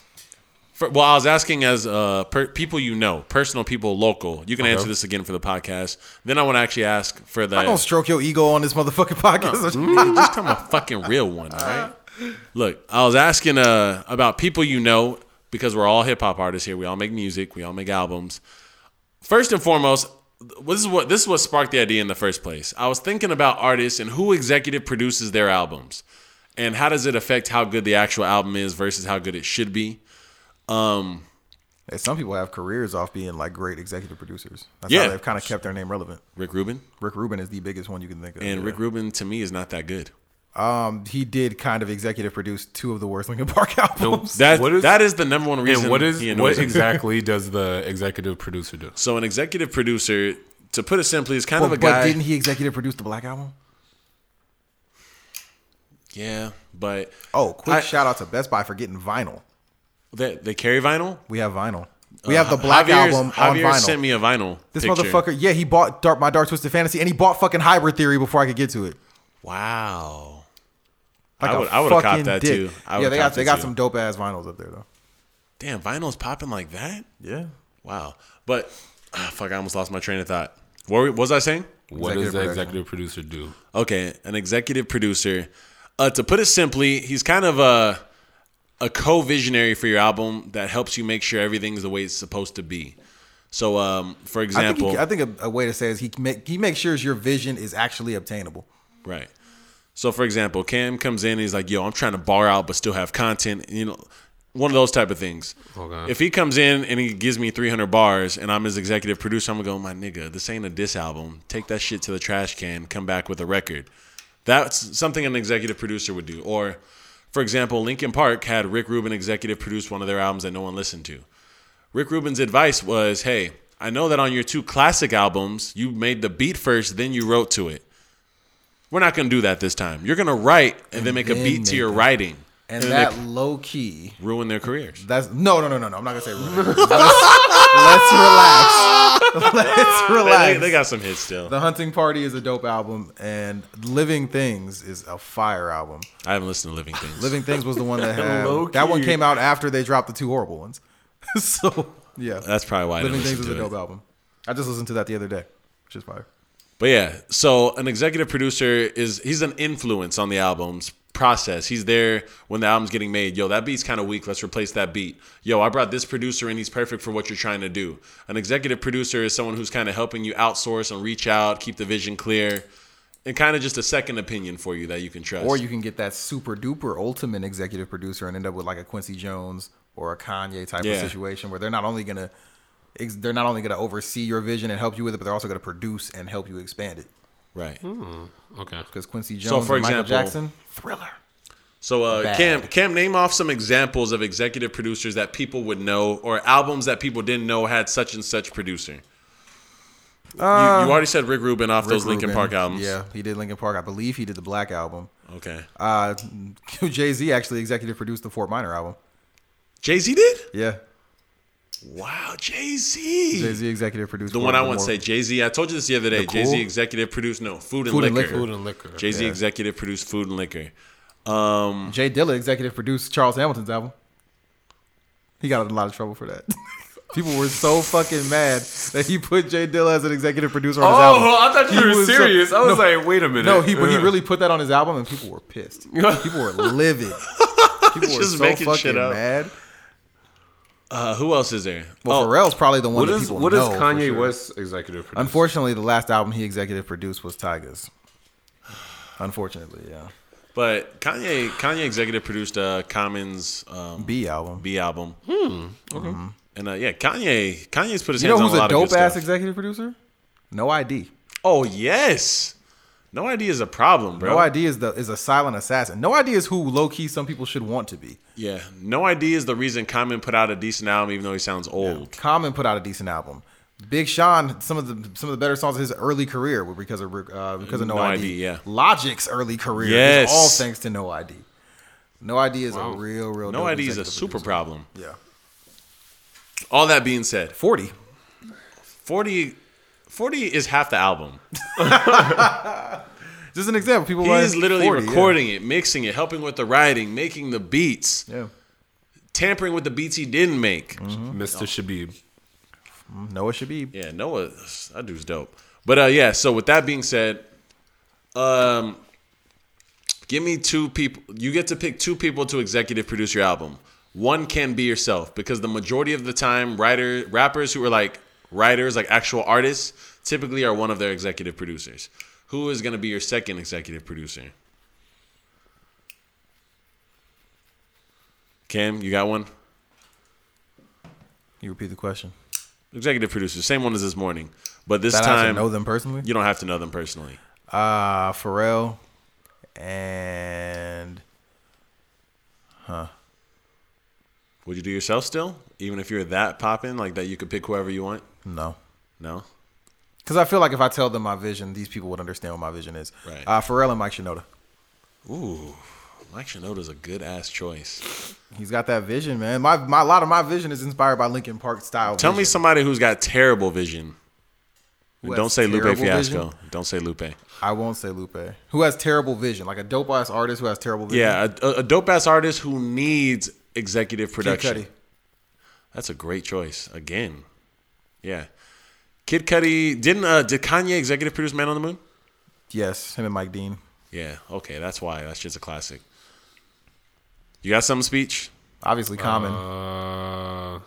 S2: for, well, I was asking as uh, per, people you know, personal people, local. You can answer this again for the podcast. Then I want to actually ask for the.
S3: Uh-huh. I don't stroke your ego on this motherfucking podcast.
S2: I'm
S1: Mm.
S2: just talking about fucking real one, all right? Look, I was asking uh, about people you know because we're all hip hop artists here. We all make music. We all make albums. First and foremost, this is what this is what sparked the idea in the first place. I was thinking about artists and who executive produces their albums, and how does it affect how good the actual album is versus how good it should be.
S3: Hey, some people have careers off being like great executive producers. That's
S2: Yeah.
S3: how they've kind of kept their name relevant.
S2: Rick Rubin
S3: Rick Rubin is the biggest one you can think of.
S2: and
S3: Yeah.
S2: Rick Rubin to me is not that good.
S3: um, he did kind of executive produce two of the worst Linkin Park albums.
S2: That
S1: What is-
S2: that is the number one reason.
S1: And what is
S2: he annoys
S1: what
S2: me.
S1: exactly does the executive producer do?
S2: So an executive producer, to put it simply, is kind
S3: but,
S2: of a
S3: but
S2: guy.
S3: didn't he executive produce the Black album?
S2: Yeah, but
S3: Oh, quick
S2: I-
S3: shout out to Best Buy for getting vinyl.
S2: they, they carry vinyl.
S3: We have vinyl. We
S1: Uh,
S3: have the Black
S2: Javier's-
S3: album on
S2: Javier
S3: vinyl.
S2: sent me a vinyl.
S3: this
S2: picture.
S3: motherfucker, yeah, he bought Dark My Dark Twisted Fantasy, and he bought fucking Hybrid Theory before I could get to it.
S2: Wow.
S3: Like
S2: I
S3: a
S2: would- I would've copped
S3: fucking
S2: that,
S3: dick.
S2: too. I
S3: yeah,
S2: would've
S3: they
S2: copped
S3: got
S2: it,
S3: they got
S2: too.
S3: some dope ass vinyls up there though.
S2: Damn, vinyl's popping like that.
S3: Yeah.
S2: Wow. But ah, fuck, I almost lost my train of thought. What were- what was I saying?
S1: What
S3: Executive
S1: does the
S3: production.
S1: executive producer do?
S2: Okay, an executive producer. Uh, to put it simply, he's kind of a a co-visionary for your album that helps you make sure everything's the way it's supposed to be. So, um, for
S3: I think,
S2: example,
S3: he, I think a, a way to say it is he make, he makes sure your vision is actually obtainable.
S2: Right. So for example, Cam comes in and he's like, "Yo, I'm trying to bar out but still have content." You know, one of those type of things.
S1: Okay.
S2: If he comes in and he gives me 300 bars and I'm his executive producer, I'm gonna go, "My nigga, this ain't a diss album. Take that shit to the trash can. Come back with a record." That's something an executive producer would do. Or, for example, Linkin Park had Rick Rubin executive produce one of their albums that no one listened to. Rick Rubin's advice was, "Hey, I know that on your two classic albums, you made the beat first, then you wrote to it. We're not going to do that this time. You're going to write and, then make a
S3: then
S2: beat to
S3: make
S2: your
S3: it.
S2: writing
S3: And
S2: then
S3: that low key.
S2: they ruin their careers."
S3: That's no, no, no, no, no. I'm not gonna say. ruin it. Let's, let's relax. Let's relax.
S2: They, they got some hits still.
S3: the Hunting Party is a dope album, and Living Things is a fire album.
S2: I haven't listened to Living Things.
S3: Living Things was the one that had
S1: Low
S3: that one
S1: key.
S3: came out after they dropped the two horrible ones. so yeah,
S2: That's probably why I
S3: Living
S2: didn't
S3: Things
S2: listen
S3: is a
S2: to it.
S3: dope album. I just listened to that the other day, which is fire.
S2: But yeah, so an executive producer is he's an influence on the album's process. He's there when the album's getting made. Yo, that beat's kind of weak. Let's replace that beat. Yo, I brought this producer in. He's perfect for what you're trying to do. An executive producer is someone who's kind of helping you outsource and reach out, keep the vision clear, and kind of just a second opinion for you that you can trust.
S3: Or you can get that super duper ultimate executive producer and end up with like a Quincy Jones or a Kanye type
S2: Yeah.
S3: of situation where they're not only gonna ex- they're not only gonna oversee your vision and help you with it, but they're also gonna produce and help you expand it.
S2: right.
S3: Hmm.
S1: Okay.
S3: Because Quincy Jones,
S2: for
S3: and Michael
S2: example-
S3: Jackson, Thriller.
S2: So uh,
S3: Bad.
S2: Cam, Cam, name off some examples of executive producers that people would know, or albums that people didn't know had such and such producer. you, you already said Rick Rubin off those
S3: Rick
S2: Linkin
S3: Rubin.
S2: Park albums.
S3: Yeah, he did Linkin Park. I believe he did the Black album.
S2: Okay.
S3: Uh, Jay Z actually executive produced the Fort Minor album.
S2: Jay Z did.
S3: Yeah,
S2: Wow, Jay Z.
S3: Jay Z executive produced
S2: E. The
S3: Fort
S2: one I
S3: Minor
S2: want to
S3: more-
S2: say, Jay Z. I told you this the other day. Jay Z
S1: Cool?
S2: executive produced no Food and
S3: Food and
S2: Liquor.
S3: Liquor.
S1: Food and liquor.
S2: Jay Z executive produced Food and Liquor. Um,
S3: Jay Dilla executive produced Charles Hamilton's album. He got in a lot of trouble for that. People were so fucking mad that he put Jay Dilla as an executive producer on his
S1: Oh,
S3: album.
S1: I thought you
S3: He
S1: were
S3: was so-
S1: serious. I was
S3: No.
S1: like, wait a minute. Uh,
S3: No, he but he really put that on his album, and people were pissed. People were livid. People were
S2: Just
S3: so
S2: making
S3: fucking
S2: shit up.
S3: mad.
S2: uh, who else is there? Oh,
S3: Well, Pharrell's probably the one
S1: What
S3: that
S1: is
S3: people
S1: what is
S3: know. for
S1: Kanye
S3: sure.
S1: West executive producer?
S3: Unfortunately, the last album he executive produced was Tigers. Unfortunately, yeah.
S2: but Kanye. Kanye executive produced uh, Common's um,
S3: B album.
S2: B album. Hmm. Okay. And uh, yeah, Kanye. Kanye's put his
S3: You
S2: hands
S3: know
S2: on
S3: who's
S2: a
S3: a
S2: lot of
S3: dope
S2: good
S3: ass
S2: stuff.
S3: executive producer? No ID.
S2: oh yes. No idea is a problem, bro.
S3: No ID is the is a silent assassin. No ID is who low key some people should want to be.
S2: yeah. No idea is the reason Common put out a decent album, even though he sounds old.
S3: Common put out a decent album. Big Sean, some of the some of the better songs of his early career were because of uh, because of No,
S2: No
S3: ID.
S2: ID, yeah.
S3: Logic's early career
S2: Yes.
S3: is all thanks to No ID. No ID is a real real.
S2: No
S3: dope
S2: idea is a
S3: executive
S2: super problem.
S3: producer. Yeah,
S2: All that being said,
S3: forty.
S2: 40, 40 is half the album.
S3: Just an example. People
S2: He
S3: write
S2: is literally
S3: 40, yeah.
S2: recording it, mixing it, helping with the writing, making the beats,
S3: Yeah.
S2: tampering with the beats he didn't make.
S3: Mm-hmm.
S1: Mr. Shabib.
S3: Noah Shabib.
S2: Yeah, Noah, that dude's dope. But uh, yeah, so with that being said, um, give me two people. You get to pick two people to executive produce your album. One can be yourself because the majority of the time, writer rappers who are like writers, like actual artists, typically are one of their executive producers. Who is going to be your second executive producer? Cam, you got one?
S3: You repeat the question.
S2: Executive producer, same one as this morning, but this
S3: That I
S2: time
S3: should know them personally.
S2: You don't have to know them personally.
S3: Uh Pharrell and
S2: Would you do yourself still, even if you're that poppin', like that you could pick whoever you want?
S3: no.
S2: No.
S3: Because I feel like if I tell them my vision, these people would understand what my vision is.
S2: Right.
S3: Uh, Pharrell and Mike Shinoda.
S2: Ooh, Mike Shinoda's a good ass choice.
S3: He's got that vision, man. My, my a lot of my vision is inspired by Linkin Park style.
S2: Tell me
S3: vision.
S2: somebody who's got terrible vision.
S3: Who has
S2: don't say Lupe
S3: terrible
S2: Fiasco.
S3: vision?
S2: Don't say Lupe.
S3: I won't say Lupe. Who has terrible vision? Like a dope ass artist who has terrible vision.
S2: Yeah, a, a dope ass artist who needs executive
S3: Kid
S2: production.
S3: Cudi.
S2: That's a great choice. Again, yeah. Kid Cudi didn't uh, did Kanye executive produce Man on the Moon?
S3: Yes, him and Mike Dean.
S2: Yeah. Okay. That's why. That shit's a classic. You got some speech?
S3: Obviously, Common.
S1: Uh,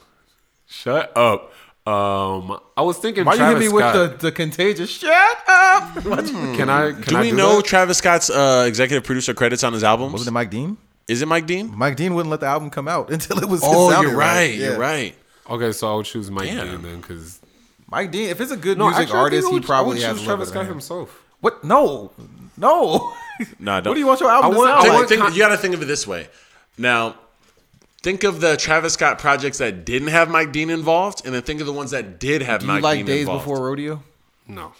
S1: shut up. Um, I was thinking.
S3: Why
S1: Travis
S3: you hit me
S1: Scott.
S3: with the, the contagious? Shut up! Wasn't
S1: Can I? Can
S2: Do
S1: I
S2: we know
S1: that?
S2: Travis Scott's uh, executive producer credits on his albums?
S3: it Mike Dean?
S2: Is it Mike Dean?
S3: Mike Dean wouldn't let the album come out until it was. it
S2: Oh,
S3: sounded
S2: you're right. You're
S3: Yeah.
S2: right.
S1: Okay, so I would choose Mike
S2: Damn.
S1: Dean then, because
S3: Mike Dean, if it's a good
S1: no,
S3: music
S1: actually, I think
S3: artist,
S1: I
S3: he
S1: would- I
S3: probably
S1: would
S3: has
S1: choose
S3: a little
S1: Travis
S3: bit of
S1: Scott
S3: hand.
S1: himself.
S3: What? No, no.
S2: Nah, don't.
S3: what do you want your album
S1: I
S3: to
S1: want-
S3: sound
S1: I
S2: Think-
S1: want-
S3: like?
S2: think-
S1: con-
S2: you got to think of it this way. Now, think of the Travis Scott projects that didn't have Mike Dean involved, and then think of the ones that did have
S3: Do
S2: Mike
S3: you like
S2: Dean
S3: Days
S2: involved.
S3: Before Rodeo?
S1: No.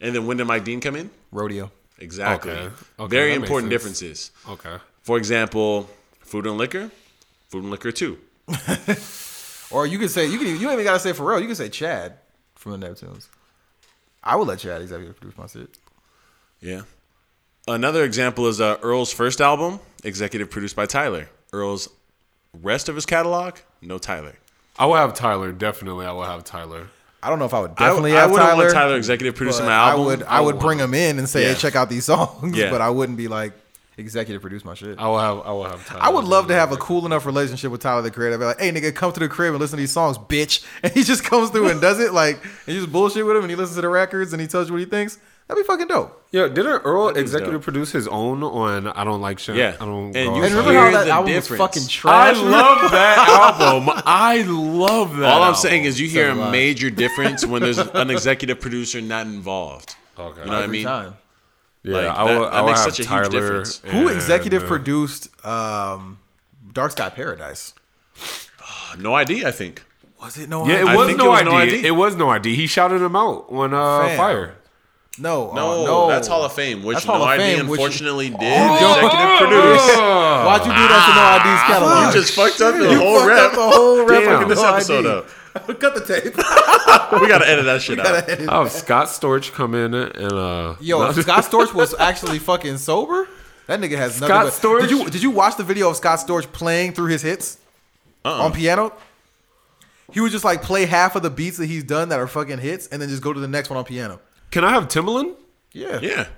S2: and then when did Mike Dean come in?
S3: Rodeo.
S2: Exactly.
S1: Okay. Okay,
S2: Very
S1: that makes
S2: important
S1: sense.
S2: differences.
S1: Okay.
S2: For example, Food and Liquor, Food and Liquor 2.
S3: Or you could say you can you ain't even gotta say Pharrell. You can say Chad from the Neptunes. I would let Chad executive produce my shit.
S2: Yeah. Another example is uh, Earl's first album, executive produced by Tyler. Earl's rest of his catalog, no Tyler.
S1: I will have Tyler. Definitely, I will have Tyler.
S3: I don't know if I would
S2: I-
S3: definitely
S2: I,
S3: have
S2: wouldn't
S3: Tyler.
S2: want Tyler executive producing
S3: but
S2: my album.
S3: I would I would
S1: Oh,
S3: bring him in and say,
S2: Yeah.
S3: hey, check out these songs.
S2: Yeah.
S3: But I wouldn't be like executive produce my shit.
S1: I will have. I will have Tyler.
S3: I would love to have a cool enough relationship with Tyler the Creator. I'd be like, hey nigga, come to the crib and listen to these songs, bitch. And he just comes through and does it like and you just bullshit with him and he listens to the records and he tells you what he thinks. That'd be fucking dope.
S1: Yeah, didn't Earl
S2: dude's
S1: executive
S2: dope.
S1: produce his own on I don't like shit.
S2: Yeah.
S1: I don't.
S2: And
S1: Go
S2: you
S1: Outside?
S3: And remember
S2: hear
S3: how that
S2: the
S3: album was
S2: difference.
S3: fucking
S1: I
S3: trash?
S1: love that album. I love that.
S2: All I'm
S1: album.
S2: saying is you hear
S3: So
S2: a
S3: do I.
S2: major difference when there's an executive producer not involved.
S1: Okay.
S2: You know what I mean?
S3: Time.
S1: yeah,
S2: like,
S1: I will,
S2: that- that
S1: I will
S2: makes
S1: have
S2: such a huge
S1: Tyler
S2: difference.
S1: and,
S3: Who executive
S1: uh,
S3: produced um, Dark Sky Paradise?
S2: No idea, I think.
S3: Was it no?
S1: Yeah,
S3: I-
S1: it was,
S2: think
S1: no,
S2: it was
S1: ID.
S2: No ID.
S1: It was no ID. He shouted him out on uh,
S3: Fam.
S1: fire.
S3: no, uh,
S2: No,
S3: no,
S2: Oh, that's Hall of Fame, which
S3: That's Hall
S2: no
S3: of
S2: idea
S3: Fame, which-
S2: unfortunately did
S3: Oh!
S2: executive produce.
S1: Oh,
S3: Why'd you do that to No ID's catalog?
S2: You just fucked up the
S3: You
S2: whole
S3: fucked
S2: rep.
S3: up the whole rep.
S1: Damn.
S3: of
S2: Fucking this
S3: No
S2: episode
S3: ID.
S2: up.
S3: Cut the tape.
S2: We gotta edit that shit out.
S1: I'll have Oh, Scott Storch come in and uh,
S3: Yo,
S1: no,
S3: if Scott Storch was actually fucking sober. That nigga has nothing.
S1: Scott
S3: but-
S1: Storch?
S3: Did you did you watch the video of Scott Storch playing through his hits
S2: Uh-uh. Uh-huh.
S3: on piano? He would just like play half of the beats that he's done that are fucking hits, and then just go to the next one on piano.
S1: can I have Timbaland?
S3: Yeah.
S2: Yeah.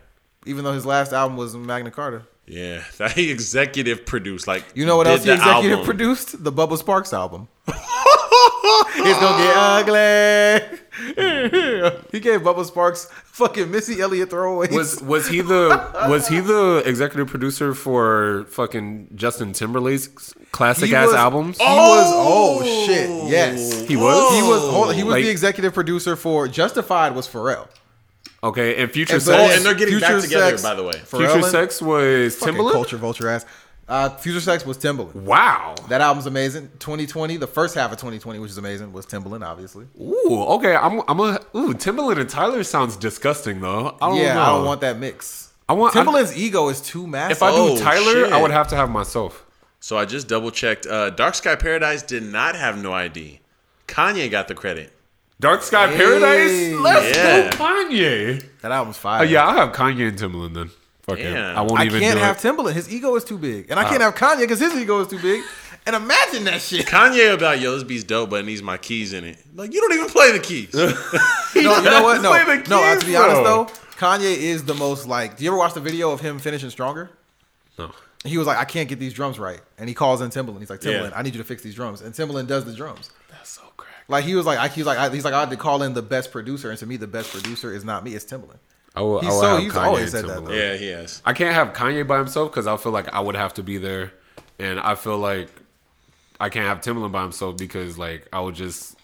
S3: Even though his last album was Magna Carta.
S2: Yeah. That he executive produced. Like
S3: You know what
S2: did
S3: else he
S2: the
S3: executive
S2: album.
S3: produced? The Bubba Sparks album. it's gonna get ugly. he gave Bubba Sparks fucking Missy Elliott throwaways.
S1: Was was he the was he the executive producer for fucking Justin Timberlake's classic
S3: He
S1: ass
S3: was-
S1: albums?
S3: He was oh shit yes
S1: He was?
S3: he was hold on, he was
S1: Like-
S3: the executive producer for Justified was Pharrell.
S1: Okay, and Future
S3: And-
S2: Oh,
S1: Sex.
S2: and they're getting back
S3: Future
S2: together,
S3: Sex.
S2: by the way.
S3: Pharrell
S1: Future
S3: and-
S1: Sex was
S3: fucking
S1: Timbaland.
S3: culture vulture ass. Uh, Future Sex was Timbaland.
S1: Wow.
S3: That album's amazing. 2020, the first half of 2020, which is amazing, was Timbaland, obviously.
S1: Ooh. Okay. I'm. I'm a. Ooh. Timbaland and Tyler sounds disgusting though. I don't
S3: yeah,
S1: know.
S3: I don't want that mix.
S1: I want- I-
S3: Timbaland's ego is too massive.
S1: If I do
S2: Oh,
S1: Tyler,
S2: shit.
S1: I would have to have myself.
S2: So I just double checked. Uh, Dark Sky Paradise did not have no ID. Kanye got the credit.
S1: Dark Sky
S3: Hey.
S1: Paradise. Let's
S2: Yeah.
S1: go, Kanye.
S3: that album's fire.
S1: Uh, yeah, I'll have Kanye and Timbaland then. Fuck it.
S2: Yeah.
S1: I won't
S3: I
S1: even
S3: can't
S1: do
S3: have
S1: it. Uh.
S3: Timbaland. His ego is too big, and I can't have Kanye because his ego is too big. And imagine that shit.
S2: Kanye about yo, this beat's dope, but it needs my keys in it. Like you don't even play the keys.
S3: No, you know what? No,
S1: Play the
S3: no. uh, To
S1: keys,
S3: be honest
S1: though.
S3: though, Kanye is the most like. Do you ever watch the video of him finishing stronger?
S1: No.
S3: He was like, I can't get these drums right, and he calls in Timbaland. He's like,
S2: Yeah.
S3: Timbaland, I need you to fix these drums, and Timbaland does the drums.
S1: That's so crack.
S3: Like he was like, I, he's like, I, he's like, I had to call in the best producer, and to me, the best producer is not me, it's Timbaland.
S1: I will. I
S3: He's
S1: will
S3: so-
S1: have
S3: he's
S1: Kanye
S3: always
S1: and
S3: said that,
S1: Timbaland.
S3: though.
S2: yeah, he has.
S1: I can't have Kanye by himself because I feel like I would have to be there, and I feel like I can't have Timbaland by himself because like I would just,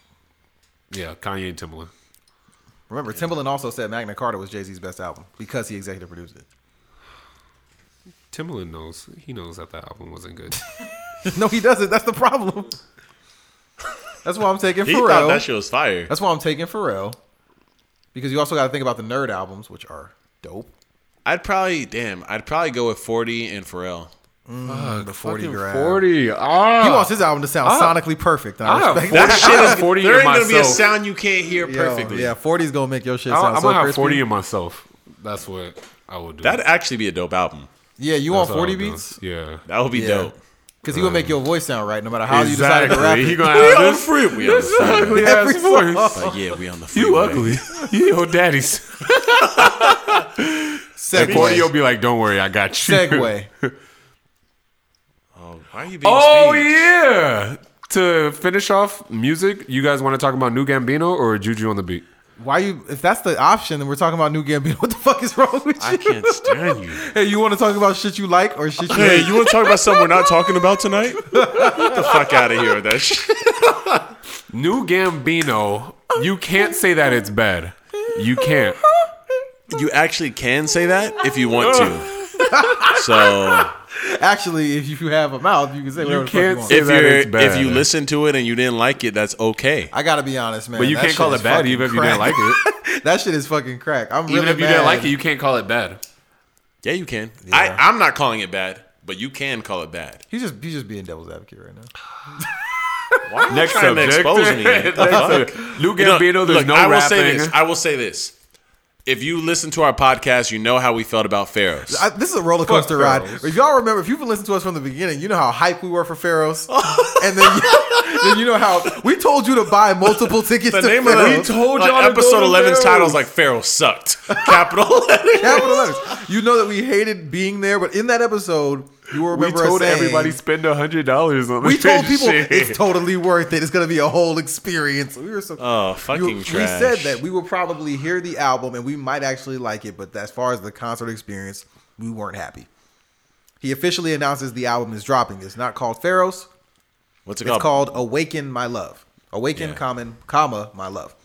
S1: yeah, Kanye and Timbaland.
S3: Remember, Timbaland also said Magna Carta was Jay Z's best album because he executive produced it.
S1: Timbaland knows. He knows that that album wasn't good.
S3: No, he doesn't. That's the problem. That's why I'm taking
S2: He thought
S3: Pharrell.
S2: that shit was fire.
S3: That's why I'm taking Pharrell because you also got to think about the nerd albums, which are dope.
S2: I'd probably damn. I'd probably go with Forty and Pharrell.
S3: the 40 grand.
S1: Forty.
S3: He
S1: Ah.
S3: wants his album to sound sonically perfect. and I
S1: I have
S3: respect
S1: 40
S3: that.
S2: That shit is
S1: have 40 in
S2: There ain't gonna be a
S1: myself.
S2: sound you can't hear
S3: Yo,
S2: perfectly.
S3: Yeah, 40's gonna make your shit
S1: I,
S3: sound
S1: am
S3: so
S1: gonna have
S3: crispy.
S1: forty in myself. That's what I would do.
S2: That'd actually be a dope album.
S3: yeah, you
S1: That's
S3: want
S1: what I would
S3: 40
S1: do.
S3: beats?
S1: Yeah.
S2: That would be
S3: Yeah.
S2: dope.
S3: Because he will make your voice sound right no matter how you decide to rap
S1: He
S3: it.
S1: gonna have this
S2: free. We on the freeway.
S1: ugly ass
S3: Every song.
S1: voice.
S2: Like, yeah, we on the freeway.
S1: You ugly. You your daddy's. And Cordy will
S3: Segway.
S1: be like, "Don't worry, I got you."
S3: Segway.
S2: Oh, why are you being
S1: Oh
S2: speed?
S1: yeah. To finish off music, you guys want to talk about New Gambino or Juju on the beat?
S3: Why you? If that's the option, then we're talking about New Gambino. What the fuck is wrong with you?
S2: I can't stand you.
S3: Hey, you want to talk about shit you like or shit you
S2: Hey,
S3: hate?
S2: you want to talk about something we're not talking about tonight? Get the fuck out of here with that shit.
S1: New Gambino, you can't say that it's bad. You can't.
S2: You actually can say that if you want to. So
S3: Actually, if you have a mouth, you can say whatever the fuck you
S1: can't
S3: want.
S1: say-
S2: if
S1: that
S2: you're
S1: it's bad.
S2: if you listen to it and you didn't like it, that's okay.
S3: I gotta be honest, man.
S1: But you
S3: that
S1: can't
S3: shit
S1: call
S3: is
S1: it bad
S3: fucking
S1: even if you didn't
S3: crack.
S1: like it.
S3: that shit is fucking crack. I'm
S1: Even
S3: really
S1: if you didn't
S3: mad.
S1: like it, you can't call it bad.
S2: Yeah, you can. I, I'm not calling it bad, but you can call it bad.
S3: He's just he's just being devil's advocate right now.
S2: Why are you
S1: Next
S2: trying to
S1: subject.
S2: expose me?
S1: Next subject. Lou
S2: You know,
S1: Gambino, there's
S2: look,
S1: no
S2: I will
S1: rapping.
S2: say this. I will say this. If you listen to our podcast, you know how we felt about Pharaohs.
S3: I, this is a roller coaster
S1: Fuck
S3: ride.
S1: Pharaohs.
S3: If y'all remember, if you've been listening to us from the beginning, you know how hype we were for Pharaohs, and then you, then you know how we told you to buy multiple tickets.
S2: the
S3: to
S2: name of the
S3: Pharaohs.
S1: told
S2: like,
S1: y'all to go
S2: episode
S1: to
S2: 11's
S1: Pharaohs.
S2: title is like Pharaoh sucked. Capital letters.
S3: Capital letters. You know that we hated being there, but in that episode, you will
S1: We
S3: remember us
S1: told
S3: saying,
S1: everybody spend a hundred dollars on this
S3: We told people
S1: shit.
S3: it's totally worth it. It's gonna be a whole experience. We were so
S2: Oh,
S3: You-
S2: fucking
S3: we
S2: trash.
S3: said that we will probably hear the album and we might actually like it, but as far as the concert experience, we weren't happy. He officially announces the album is dropping. It's not called Pharaohs.
S2: What's it
S3: It's
S2: called?
S3: called Awaken My Love. Awaken,
S2: Yeah.
S3: common, comma, My Love.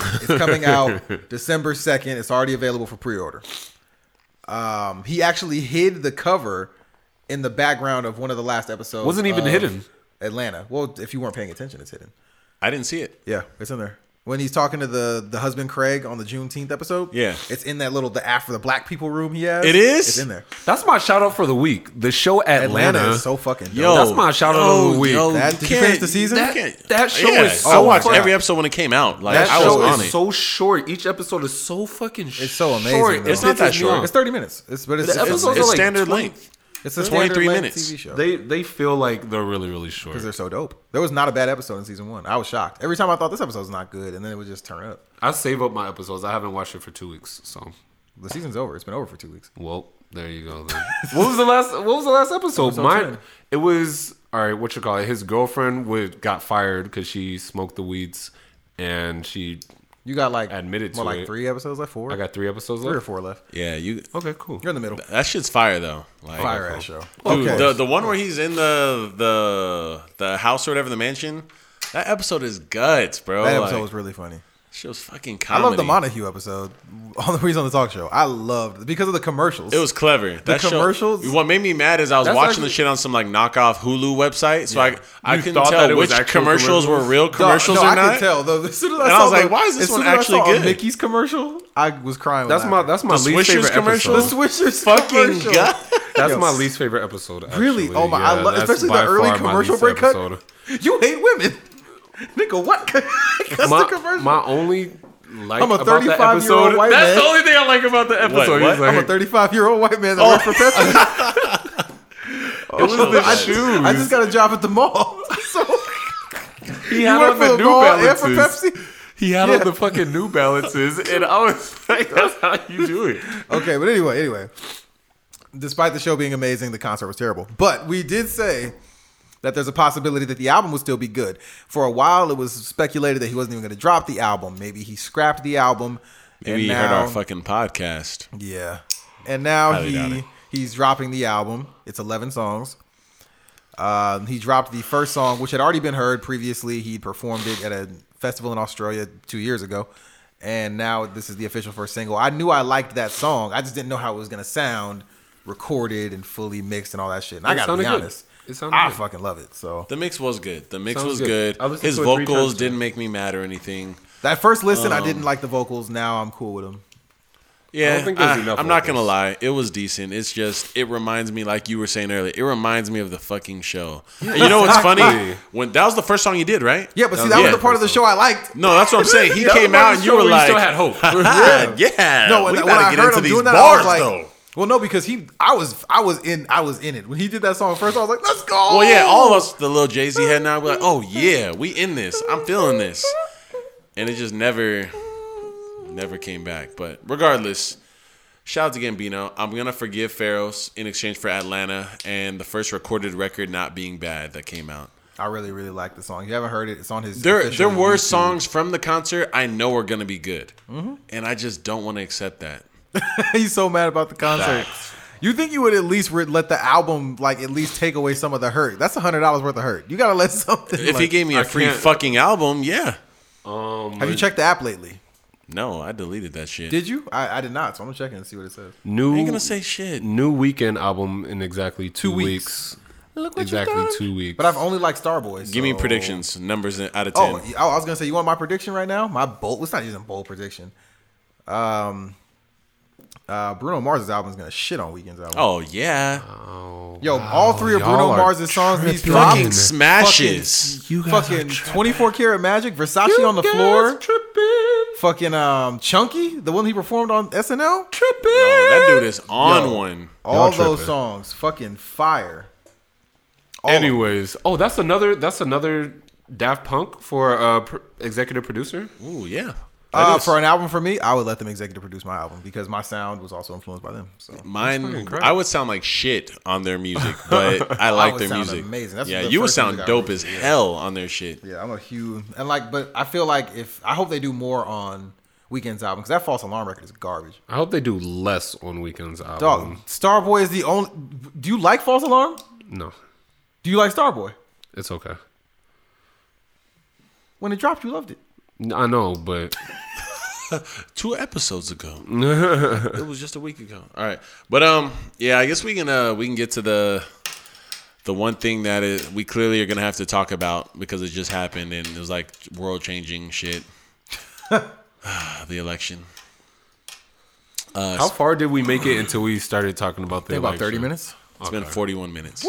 S3: It's coming out December 2nd. It's already available for pre order. Um, he actually hid the cover in the background of one of the last episodes.
S1: Wasn't even
S3: of
S1: hidden.
S3: Atlanta. Well, if you weren't paying attention, it's hidden.
S2: I didn't see it.
S3: Yeah, it's in there. When he's talking to the the husband Craig on the Juneteenth episode,
S2: Yeah.
S3: it's in that little the after the black people room he has.
S2: It is?
S3: It's in there.
S1: That's my shout out for the week. The show Atlanta.
S3: Atlanta, is so fucking dope.
S2: Yo,
S1: That's my shout out of the week.
S3: That-
S2: you
S3: did you
S2: can't-
S3: finish the season?
S2: you
S1: That-
S2: can't-
S1: that show is so
S2: I watched
S1: fucked.
S2: every episode when it came out. Like
S1: That
S2: I
S1: show
S2: was
S1: is
S2: on it.
S1: so short. Each episode is so fucking short.
S3: It's so amazing. though.
S2: It's not that short.
S3: It's thirty minutes. It's but it's
S1: The
S3: it's,
S2: It's,
S1: episodes are
S2: it's
S1: like
S2: standard
S1: 20
S2: length.
S3: it's a
S2: 23
S3: 23
S2: minutes.
S3: minutes TV show.
S1: They they feel like they're really really short.
S3: They're so dope. There was not a bad episode in season one. I was shocked. Every time I thought this episode was not good, and then it would just turn up.
S1: I save up my episodes. I haven't watched it for two weeks. So,
S3: The season's over. It's been over for two weeks.
S1: well, there you go. Then. what was the last? What was the last episode? Mine.
S3: 10.
S1: It was all right. What you call it? His girlfriend would got fired because she smoked the weeds, and she.
S3: You got like
S1: Admitted
S3: more
S1: to
S3: like
S1: it.
S3: three episodes left, four.
S1: I got three episodes
S3: three or
S1: left.
S3: four left.
S2: Yeah, you.
S1: Okay, cool.
S3: You're in the middle.
S2: That shit's fire though. Like,
S3: Fire ass show.
S2: Dude,
S3: okay.
S2: the the one where he's in the the the house or whatever the mansion. That episode is guts, bro.
S3: that episode
S2: oh, Like,
S3: was really funny.
S2: She was fucking
S3: I
S2: comedy.
S3: love the Montague episode. All the reason on the talk show. I loved because of the commercials.
S2: It was clever. The
S3: commercials-
S2: what made me mad is I was
S1: That's
S2: watching
S1: actually-
S2: the shit on some like knockoff Hulu website, so I I
S1: You
S2: couldn't
S1: thought that
S2: tell
S1: it was
S2: which
S1: actual
S2: commercials, were
S1: commercials?
S2: real commercials
S3: no,
S2: or
S3: I
S2: not.
S3: could tell though. As soon as I,
S2: And I
S3: saw
S2: was like,
S3: the-
S2: why is this
S3: as
S2: one
S3: soon as I
S2: actually
S3: saw
S2: good?
S3: Mickey's commercial. I was crying.
S1: That's my that's my
S2: The
S1: least
S2: Swishers
S1: favorite
S2: commercial?
S1: commercial.
S3: the Swishers
S2: Fucking
S3: commercial.
S2: God.
S1: That's
S3: Yo,
S1: my least favorite episode. Actually.
S3: Really? oh my! I
S1: Yeah,
S3: love
S1: that's
S3: especially
S1: by
S3: the early
S1: far my
S3: commercial
S1: least
S3: break
S1: episode.
S3: cut. You hate women, nigga. What? that's
S1: my,
S3: the commercial.
S1: my only like
S3: I'm a
S1: about that
S3: 35 year old
S1: episode.
S3: white
S1: that's
S3: man.
S1: the only thing I like about the episode.
S2: Wait, what?
S1: He's
S3: I'm a
S1: like,
S3: 35 year old white man
S1: Oh.
S3: that works for Pepsi.
S1: it was the
S2: I-
S1: shoes.
S3: I just got a job at the mall. so
S1: he
S3: you
S1: had
S3: work
S1: on
S3: for
S1: the
S3: the
S1: New
S3: mall and for
S1: Balances.
S3: Pepsi.
S1: He had
S3: Yeah.
S1: on the fucking New Balances, and I was like, "That's how you do it."
S3: okay, but anyway, anyway. Despite the show being amazing, the concert was terrible. But we did say that there's a possibility that the album would still be good. For a while, it was speculated that he wasn't even going to drop the album. Maybe he scrapped the album.
S2: Maybe
S3: and
S2: you
S3: now,
S2: heard our fucking podcast.
S3: Yeah. And now
S2: Highly doubt it.
S3: he he's dropping the album. It's 11 songs. Um, he dropped the first song, which had already been heard previously. He performed it at a festival in Australia two years ago, and now this is the official first single. I knew I liked that song. I just didn't know how it was gonna sound, recorded and fully mixed and all that shit. And I
S1: It
S3: gotta be
S1: sounded good.
S3: honest,
S1: It sounded
S3: I
S1: good.
S3: fucking love it. So
S2: The mix was good. The mix
S1: Sounds
S2: was
S1: good.
S2: good.
S1: I listened
S2: His
S1: to it three
S2: vocals
S1: times
S2: didn't make me mad or anything.
S3: that first listen,
S1: Um,
S3: I didn't like the vocals. Now I'm cool with them.
S2: Yeah, I
S1: think there's
S2: I,
S1: enough
S2: am not
S1: vocals.
S2: gonna lie. It was decent. It's just it reminds me, like you were saying earlier, it reminds me of the fucking show. And you know what's funny?
S1: exactly.
S2: When that was the first song you did, right?
S3: Yeah, but see,
S1: was-
S3: that
S2: yeah,
S3: was the part of the show I liked.
S2: No, that's what I'm saying. He
S1: That was
S2: came
S1: the part
S2: out
S1: of
S2: and
S1: the
S2: you
S1: show
S2: were
S1: where
S2: like,
S1: still had hope.
S2: "Ah, "Yeah,
S3: No,
S2: we
S3: when, when
S2: gotta
S3: I
S2: get
S3: heard
S2: into
S3: him
S2: these
S3: doing that, I
S2: bars
S3: was like,
S2: though."
S3: well, no, because he, I was, I was in, I was in it when he did that song first. I was like, let's go.
S2: Well, yeah, all
S3: "Oh."
S2: of us, the little Jay Z head now, we're like, "Oh yeah, we in this. I'm feeling this," and it just never, never came back. But regardless, Shout out to Gambino. I'm gonna forgive Pharos in exchange for Atlanta and the first recorded record not being bad that came out.
S3: I really, really like the song. You haven't heard it? It's on his.
S2: There, there
S3: official
S2: were
S3: YouTube.
S2: songs from the concert I know are gonna be good,
S3: Mm-hmm.
S2: and I just don't want to accept that.
S3: He's so mad about the concert. You think you would at least re- let the album like at least take away some of the hurt? That's a hundred dollars worth of hurt. You gotta let something.
S2: If he
S3: like-
S2: gave me a
S1: I
S2: free
S1: can't-
S2: fucking album, yeah.
S3: have you checked the app lately?
S2: No, I deleted that shit.
S3: Did you? I, I did not. So I'm gonna check it and see what it says.
S1: New
S2: I ain't gonna say shit.
S1: new weekend album in exactly two, weeks.
S3: weeks. Look
S1: Exactly two weeks.
S3: But I've only liked Starboy.
S2: Give me
S3: so-
S2: predictions, numbers in- out of ten.
S3: Oh, y- I was gonna say you want my prediction right now? My bold. It's not even a bold prediction. Um, uh, Bruno Mars's album is gonna shit on Weekend's album.
S2: Oh yeah,
S3: Yo, all three of
S1: y'all
S3: Bruno
S1: are
S3: Mars's songs he's
S1: tripping. Fucking
S3: dropping
S2: fucking smashes.
S1: You guys
S3: fucking
S1: are tripping.
S3: 24 karat magic, Versace on the
S1: guys
S3: floor,
S1: tripping,
S3: fucking um Chunky, the one he performed on SNL.
S1: tripping.
S2: that dude is on
S3: Yo.
S2: one.
S1: Y'all
S3: All those
S1: tripping.
S3: songs, fucking fire.
S1: Anyways, oh, that's another. That's another Daft Punk for uh, pr- executive producer.
S2: Ooh yeah.
S3: Uh,
S2: That is-
S3: for an album for me, I would let them executive produce my album because my sound was also influenced by them. So
S2: Mine,
S1: fucking crazy.
S2: I would sound like shit on their music, but I like
S3: would
S2: their
S3: sound
S2: music.
S3: amazing. That's
S2: yeah,
S3: the
S2: you would
S3: first music
S2: sound
S3: I
S2: dope
S3: heard.
S2: as hell on their shit.
S3: yeah, I'm a huge and like, but I feel like if I hope they do more on Weekend's album because that False Alarm record is garbage.
S1: I hope they do less on weekends album.
S3: Dog, Starboy is the only. Do you like False Alarm?
S1: No,
S3: Do you like Starboy?
S1: it's okay.
S3: When it dropped, you loved it.
S1: N- I know, but
S2: Two episodes ago, it was just a week ago. All right, but um, yeah, I guess we can uh we can get to the the one thing that it, we clearly are gonna have to talk about because it just happened and it was like world changing shit. the election. Uh,
S1: how far did we make it until we started talking about the
S3: about 30
S1: election?
S3: minutes.
S2: It's been 41 minutes.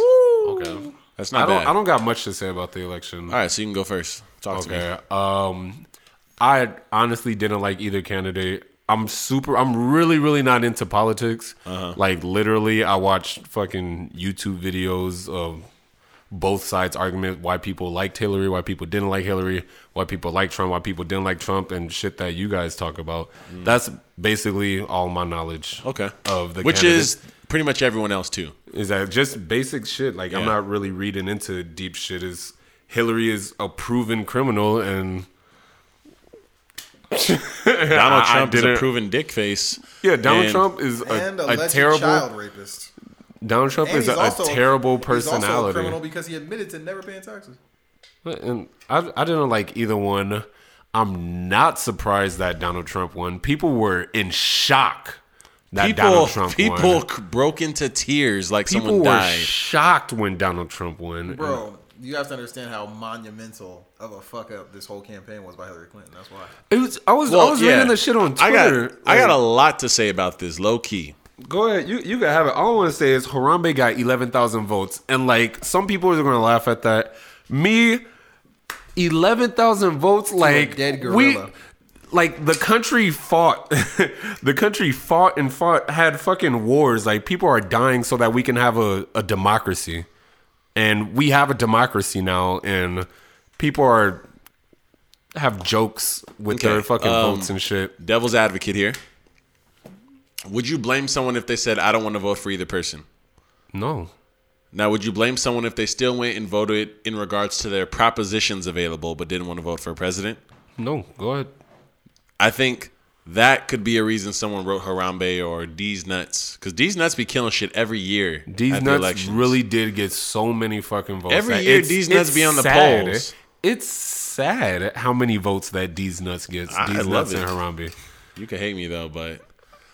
S1: Okay.
S2: That's
S1: I
S2: not
S1: don't.
S2: bad.
S1: I don't got much to say about the election.
S2: All right, so you can go first. Talk to me.
S1: Okay. Um, I honestly didn't like either candidate. I'm super. I'm really, really not into politics.
S2: Uh-huh.
S1: Like literally, I watched fucking YouTube videos of both sides' argument: why people liked Hillary, why people didn't like Hillary, why people like Trump, why people didn't like Trump, and shit that you guys talk about. That's basically all my knowledge.
S2: Mm. Okay.
S1: Of the
S2: Which
S1: candidates
S2: is pretty much everyone else too.
S1: is that just basic shit. Like I'm
S2: Yeah.
S1: not really reading into deep shit. Is Hillary is a proven criminal and
S2: Donald
S1: I
S2: Trump is a
S1: didn't-
S2: proven dick face.
S1: yeah, Donald
S2: And-
S1: Trump is
S3: And
S1: a,
S3: a,
S1: a terrible.
S3: child rapist.
S1: Donald Trump
S3: And
S1: is a,
S3: he's also-
S1: a terrible
S3: He's also a criminal
S1: personality.
S3: because he admitted to never paying taxes.
S1: And I I didn't like either one. I'm not surprised that Donald Trump won. People were in shock that
S2: People,
S1: Donald Trump
S2: people
S1: won.
S2: c- broke into tears like
S1: People
S2: someone
S1: were
S2: died.
S1: shocked when Donald Trump won.
S3: Bro, you have to understand how monumental of a fuck up this whole campaign was by Hillary Clinton. That's why.
S1: It was, I was I was reading the shit on Twitter.
S2: I got, I
S1: Like-
S2: got a lot to say about this, low key.
S1: Go ahead. You you can have it. All I want to say is Harambe got eleven thousand votes, and like some people are gonna laugh at that. Me, eleven thousand votes. Like
S3: dead
S1: we,
S3: gorilla.
S1: like the country fought. the country fought and fought had fucking wars. Like people are dying so that we can have a, a democracy, and we have a democracy now, and people are have jokes with
S2: Okay,
S1: their fucking
S2: um,
S1: votes and shit.
S2: Devil's advocate here. Would you blame someone if they said, I don't want to vote for either person?
S1: No.
S2: Now, would you blame someone if they still went and voted in regards to their propositions available but didn't want to vote for a president?
S1: No. Go ahead.
S2: I think that could be a reason someone wrote Harambe or D's Nuts because D's Nuts be killing shit every year.
S1: These
S2: at the
S1: nuts
S2: elections.
S1: really did get so many fucking votes.
S2: Every
S1: Like,
S2: year,
S1: it's-
S2: D's nuts
S1: it's
S2: be on the
S1: sad.
S2: polls.
S1: It's sad how many votes that D's nuts gets.
S2: I- I
S1: D's
S2: love
S1: nuts and
S2: it.
S1: Harambe.
S2: You can hate me though, but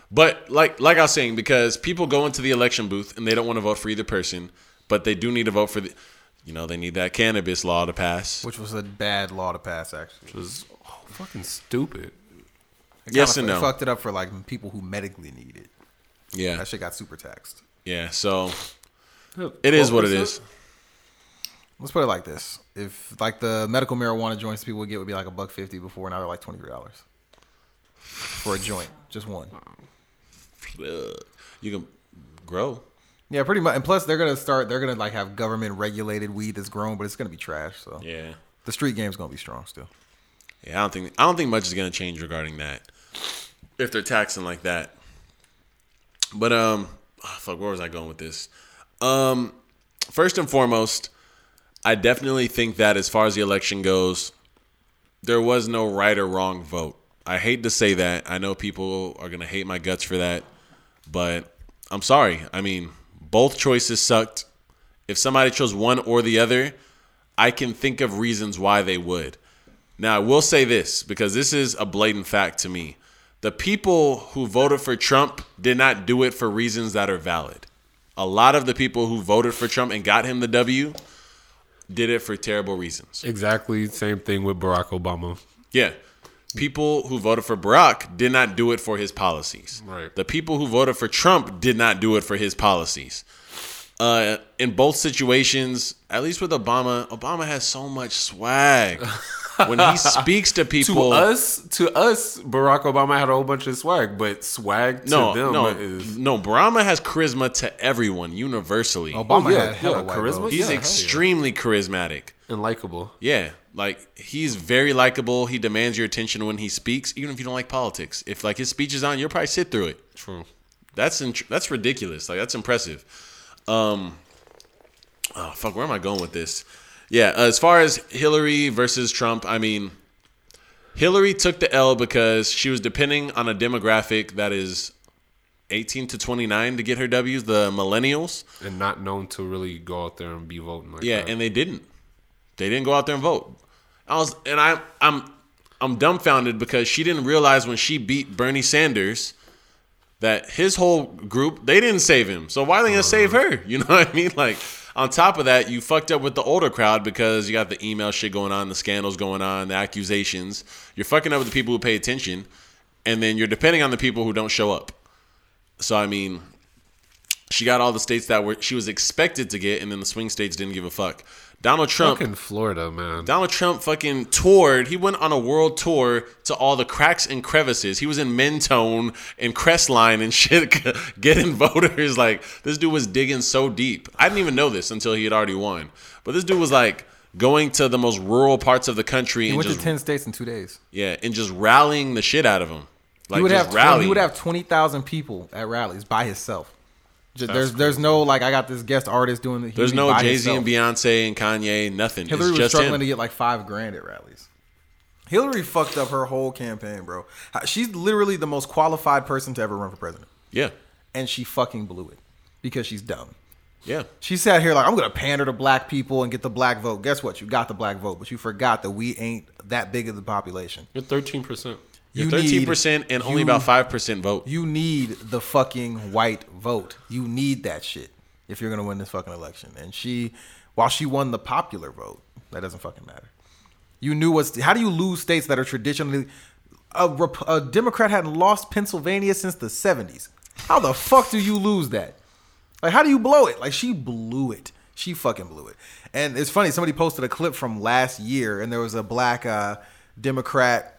S2: but like like I was saying, because people go into the election booth and they don't want to vote for either person, but they do need to vote for the. You know, they need that cannabis law to pass.
S3: Which was a bad law to pass, actually.
S1: It was oh, fucking stupid.
S3: It
S2: Yes
S3: kinda
S2: and no.
S3: fucked it up for like people who medically need it.
S2: Yeah,
S3: That shit got super taxed.
S2: yeah. So it is what it is.
S3: Let's put it like this: If like the medical marijuana joints people would get would be like a buck fifty before, now they're like twenty three dollars for a joint, just one.
S2: Ugh. You can grow.
S3: Yeah, pretty much. And plus, they're gonna start. They're gonna like have government regulated weed that's grown, but it's gonna be trash. So
S2: Yeah,
S3: the street game's gonna be strong still.
S2: yeah. I don't think I don't think much is gonna change regarding that if they're taxing like that. But um, ah, fuck, where was I going with this? Um, first and foremost, I definitely think that as far as the election goes, there was no right or wrong vote. I hate to say that. I know people are gonna hate my guts for that, but I'm sorry. I mean, both choices sucked. If somebody chose one or the other, I can think of reasons why they would. Now, I will say this because this is a blatant fact to me. The people who voted for Trump did not do it for reasons that are valid. A lot of the people who voted for Trump and got him the W did it for terrible reasons.
S1: Exactly same thing with Barack Obama.
S2: Yeah. People who voted for Barack did not do it for his policies.
S1: Right.
S2: The people who voted for Trump did not do it for his policies. Uh, in both situations, at least with Obama, Obama has so much swag. when he speaks to
S1: To
S2: people,
S1: us, to us, Barack Obama had a whole bunch of swag, but swag to
S2: no,
S1: them
S2: no,
S1: is
S2: no. Barama has charisma to everyone universally.
S3: Obama
S1: Oh, yeah,
S3: had hella
S1: yeah,
S3: white
S1: charisma.
S3: votes.
S1: yeah,
S2: He's
S1: hell yeah.
S2: extremely charismatic.
S1: and likable.
S2: Yeah, like he's very likable. He demands your attention when he speaks, even if you don't like politics. If like his speech is on, you'll probably sit through it.
S1: True.
S2: That's in, that's ridiculous. Like that's impressive. Um, oh fuck, where am I going with this? Yeah, uh, as far as Hillary versus Trump, I mean, Hillary took the L because she was depending on a demographic that is 18 to 29 to get her W's, the millennials.
S1: And not known to really go out there and be voting like
S2: Yeah,
S1: that.
S2: and they didn't. They didn't go out there and vote. I was, and I, I'm, I'm dumbfounded because she didn't realize when she beat Bernie Sanders that his whole group they didn't save him. So why are they gonna save her? You know what I mean? Like on top of that, you fucked up with the older crowd because you got the email shit going on, the scandals going on, the accusations. You're fucking up with the people who pay attention, and then you're depending on the people who don't show up. So I mean, she got all the states that were she was expected to get, and then the swing states didn't give a fuck. Donald Trump
S1: Fucking Florida, man.
S2: Donald Trump fucking toured. He went on a world tour to all the cracks and crevices. He was in Mentone and Crestline and shit, getting voters. Like this dude was digging so deep. I didn't even know this until he had already won. But this dude was like going to the most rural parts of the country
S3: He
S2: and
S3: went
S2: just
S3: to ten states in two days.
S2: yeah, and just rallying the shit out of him. Like
S3: he would
S2: just
S3: have
S2: rallying.
S3: he would have twenty thousand people at rallies by himself. Just, there's there's no like I got this guest artist doing the
S2: There's no Jay Z and Beyonce and Kanye. Nothing.
S3: Hillary
S2: it's
S3: was
S2: just
S3: struggling
S2: him.
S3: to get like five grand at rallies. Hillary fucked up her whole campaign, bro. She's literally the most qualified person to ever run for president,
S2: yeah,
S3: and she fucking blew it because she's dumb.
S2: yeah.
S3: She sat here like I'm gonna pander to black people and get the black vote. Guess what? You got the black vote, but you forgot that we ain't that big of the population.
S1: You're 13%.
S3: You
S2: Thirteen
S3: need-
S2: percent and only
S3: you-
S2: about five percent vote.
S3: You need the fucking white vote. You need that shit if you're gonna win this fucking election. And she, while she won the popular vote, that doesn't fucking matter. You knew what's how do you lose states that are traditionally a, Rep- a Democrat hadn't lost Pennsylvania since the 70s. How the fuck do you lose that? Like how do you blow it? Like she blew it. She fucking blew it. And it's funny. Somebody posted a clip from last year, and there was a black uh, Democrat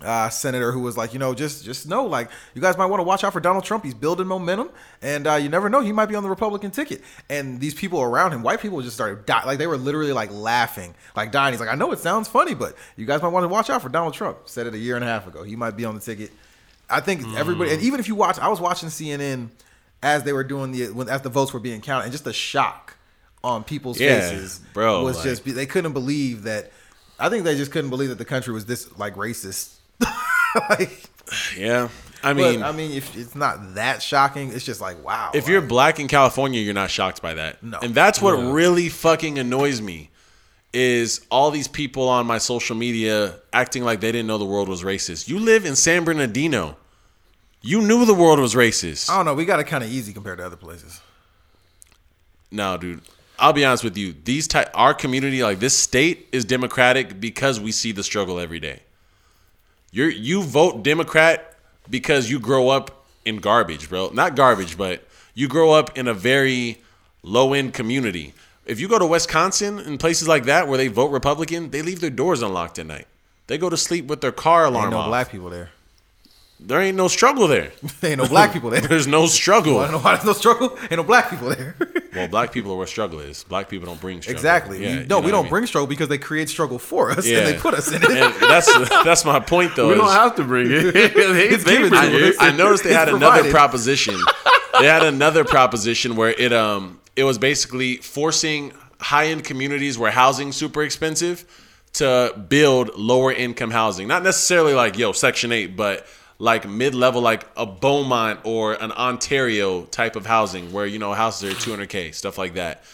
S3: uh, senator who was like, you know, just just know, like, you guys might want to watch out for Donald Trump. He's building momentum, and uh, you never know, he might be on the Republican ticket. And these people around him, white people, just started die- like they were literally like laughing, like dying. He's like, I know it sounds funny, but you guys might want to watch out for Donald Trump. Said it a year and a half ago. He might be on the ticket. I think
S2: Hmm.
S3: everybody, and even if you watch, I was watching CNN as they were doing the when as the votes were being counted, and just the shock on people's
S2: Yeah,
S3: faces,
S2: bro,
S3: was
S2: like-
S3: just they couldn't believe that. I think they just couldn't believe that the country was this like racist. like,
S2: Yeah, I
S3: but,
S2: mean,
S3: I mean, if it's not that shocking, it's just like wow.
S2: If you're
S3: like,
S2: black in California, you're not shocked by that.
S3: No.
S2: And that's what really fucking annoys me is all these people on my social media acting like they didn't know the world was racist. You live in San Bernardino. You knew the world was racist.
S3: I don't know, we got it kind of easy compared to other places.
S2: No, dude. I'll be honest with you. These type our community, like this state, is democratic because we see the struggle every day. You you vote Democrat because you grow up in garbage, bro. Not garbage, but you grow up in a very low end community. If you go to Wisconsin and places like that where they vote Republican, they leave their doors unlocked at night. They go to sleep with their car
S3: Ain't
S2: alarm
S3: no
S2: off.
S3: black people there.
S2: there ain't no struggle there.
S3: Ain't no black people there.
S2: There's no struggle.
S3: I don't know why there's no struggle. Ain't no black people there.
S2: Well, black people are where struggle is. Black people don't bring struggle.
S3: Exactly.
S2: Yeah,
S3: You-
S2: you
S3: no,
S2: know
S3: we
S2: what I
S3: don't
S2: mean?
S3: bring struggle because they create struggle for us
S2: Yeah.
S3: and they put us in it.
S2: And that's that's my point though.
S1: We
S2: is-
S1: don't have to bring it. They- they bring
S3: given to us.
S1: it.
S2: I noticed they
S3: It's
S2: had another
S3: provided.
S2: proposition. they had another proposition where it um it was basically forcing high end communities where housing's super expensive to build lower income housing. Not necessarily like yo Section Eight, but like mid level, like a Beaumont or an Ontario type of housing where you know houses are two hundred k stuff like that.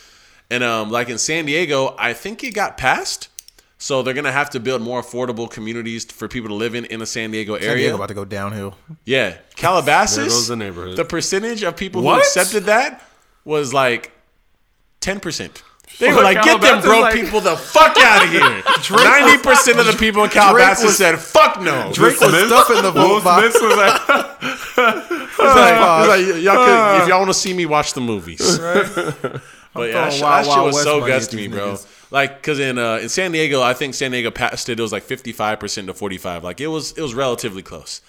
S2: And um, like in San Diego, I think it got passed. So they're gonna have to build more affordable communities for people to live in in the San Diego area.
S3: San Diego about to go downhill.
S2: Yeah, Calabasas.
S1: There goes the neighborhood.
S2: the percentage of people who
S1: What?
S2: accepted that was like ten percent. They were
S1: Fuck
S2: like, "Get them
S1: Calabasas,
S2: broke
S1: like-
S2: people the fuck out of here." Ninety percent of the people in Calabasas
S3: was-
S2: said, "Fuck no."
S3: Drake was
S1: Smith?
S3: stuffing the
S1: Will
S3: vote box.
S1: Smith was like,
S2: It's like- it's like, y- y'all could- if y'all want to see me, watch the movies. But yeah, that,
S3: throwing
S2: shit-
S3: Oh, Wild
S2: that
S3: Wild
S2: shit was
S3: West
S2: so
S3: money at
S2: guts to me,
S3: these
S2: bro.
S3: niggas.
S2: Like, cause in uh, in San Diego, I think San Diego passed it. It was like fifty five percent to forty five. Like it was it was relatively close.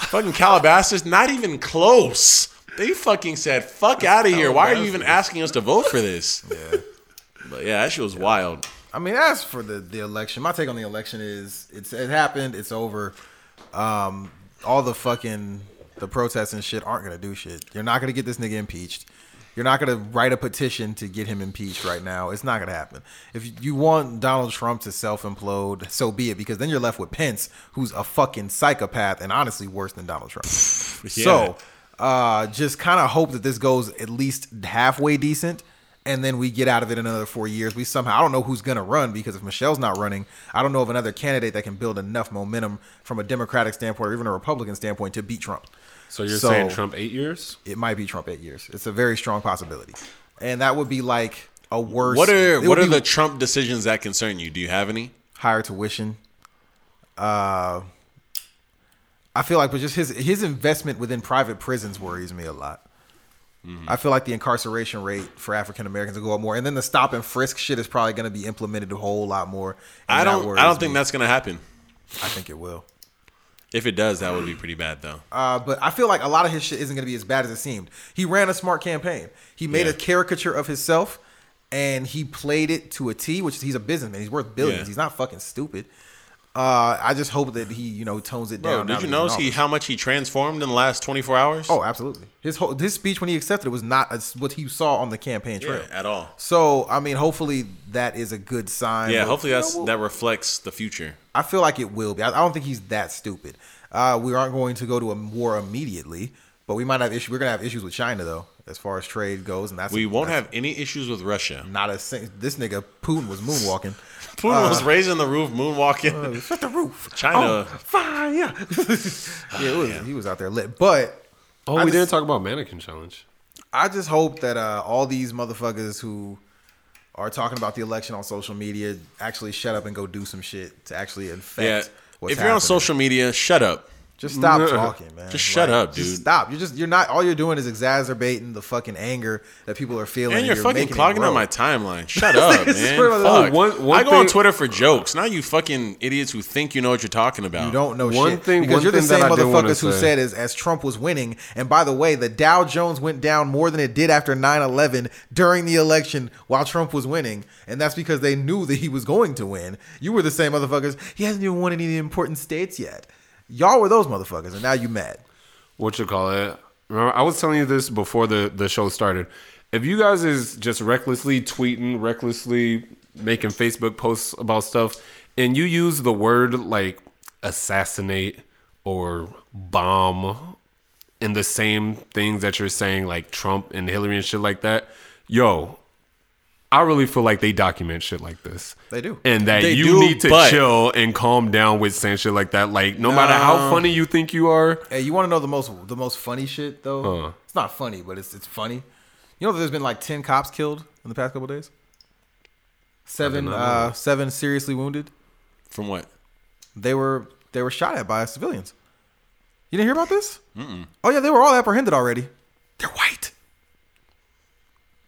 S2: Fucking Calabasas, not even close. They fucking said, "Fuck out of here! Why are you even asking us to vote for this?" Yeah, but yeah, that shit was wild.
S3: I mean, as for the, the election, my take on the election is it's it happened, it's over. Um, all the fucking the protests and shit aren't gonna do shit. You're not gonna get this nigga impeached. You're not gonna write a petition to get him impeached right now. It's not gonna happen. If you want Donald Trump to self implode, so be it, because then you're left with Pence, who's a fucking psychopath and honestly worse than Donald Trump. So uh, just kind of hope that this goes at least halfway decent. And then we get out of it in another four years. We somehow, I don't know who's going to run because if Michelle's not running, I don't know of another candidate that can build enough momentum from a Democratic standpoint or even a Republican standpoint to beat Trump.
S1: so you're saying Trump eight years?
S3: It might be Trump eight years. It's a very strong possibility. And that would be like a worse.
S2: What are
S3: it
S2: what
S3: would
S2: are
S3: be
S2: the Trump decisions that concern you? Do you have any?
S3: higher tuition. Uh, I feel like, but just his his investment within private prisons worries me a lot.
S2: Mm-hmm.
S3: I feel like the incarceration rate for African Americans will go up more, and then the stop and frisk shit is probably going to be implemented a whole lot more. and
S2: I
S3: that
S2: don't.
S3: worries
S2: I don't think
S3: me.
S2: that's gonna happen.
S3: I think it will.
S2: If it does, that would be pretty bad though.
S3: Uh, but I feel like a lot of his shit isn't going to be as bad as it seemed. He ran a smart campaign. He made
S2: Yeah.
S3: a caricature of himself, and he played it to a T. Which is, he's a businessman. He's worth billions.
S2: Yeah.
S3: He's not fucking stupid. Uh, I just hope that he, you know, tones it
S2: Bro,
S3: down. now
S2: did
S3: that
S2: you
S3: he's
S2: notice
S3: in
S2: he
S3: office.
S2: how much he transformed in the last 24 hours?
S3: Oh, absolutely. His whole his speech when he accepted it was not as what he saw on the campaign
S2: yeah,
S3: trail.
S2: at all.
S3: So I mean, hopefully that is a good sign.
S2: Yeah,
S3: But,
S2: hopefully
S3: you
S2: that's
S3: know,
S2: that reflects the future.
S3: I feel like it will be. I, I don't think he's that stupid. Uh, we aren't going to go to a war immediately, but we might have issues. We're gonna have issues with China though, as far as trade goes, and that's
S2: We won't
S3: that's
S2: have any issues with Russia.
S3: not a sing- this nigga Putin was moonwalking.
S2: Putin was raising the roof, moonwalking.
S3: Shut the roof.
S1: Oh, uh,
S2: China.
S3: Fire. yeah,
S2: Oh,
S3: it was, he was out there lit, but
S1: Oh,
S3: I
S1: we
S3: just-
S1: didn't talk about mannequin challenge.
S3: I just hope that uh, all these motherfuckers who are talking about the election on social media actually shut up and go do some shit to actually affect
S2: yeah.
S3: what's
S2: if you're on
S3: happening.
S2: social media, shut up.
S3: just stop
S1: Yeah.
S3: talking, man.
S2: Just shut up,
S3: just
S2: dude.
S3: stop. You're just you're not. All you're doing is exacerbating the fucking anger that people are feeling.
S2: And you're, fucking
S3: making it
S2: clogging
S3: grow.
S2: up my timeline. Shut up,
S3: This is
S2: man.
S3: where the-
S2: Fuck.
S1: One- one
S2: I go on
S1: thing-
S2: Twitter for jokes. Now you fucking idiots who think you know what you're talking about.
S3: You don't know
S1: One
S3: shit
S1: thing-
S3: because
S1: one
S3: you're the
S1: thing that
S3: same
S1: I did wanna
S3: motherfuckers who
S1: say-
S3: said as as Trump was winning. And by the way, the Dow Jones went down more than it did after 9/11 during the election while Trump was winning, and that's because they knew that he was going to win. You were the same motherfuckers. He hasn't even won any of the important states yet. Y'all were those motherfuckers, and now you mad.
S1: What you call it? Remember, I was telling you this before the the show started. If you guys is just recklessly tweeting, recklessly making Facebook posts about stuff, and you use the word like assassinate or bomb in the same things that you're saying, like Trump and Hillary and shit like that, yo, I really feel like they document shit like this.
S3: They do.
S1: And that
S2: They
S1: you
S2: do,
S1: need to
S2: but-
S1: chill and calm down with saying shit like that. Like, no matter how funny you think you are,
S3: Hey, you want to know the most the most funny shit though? It's not funny, but it's it's funny. You know that there's been like ten cops killed in the past couple days. Seven,
S1: know
S3: uh, seven seriously wounded.
S2: From what?
S3: they were they were shot at by civilians. You didn't hear about this? Oh yeah, they were all apprehended already. They're white.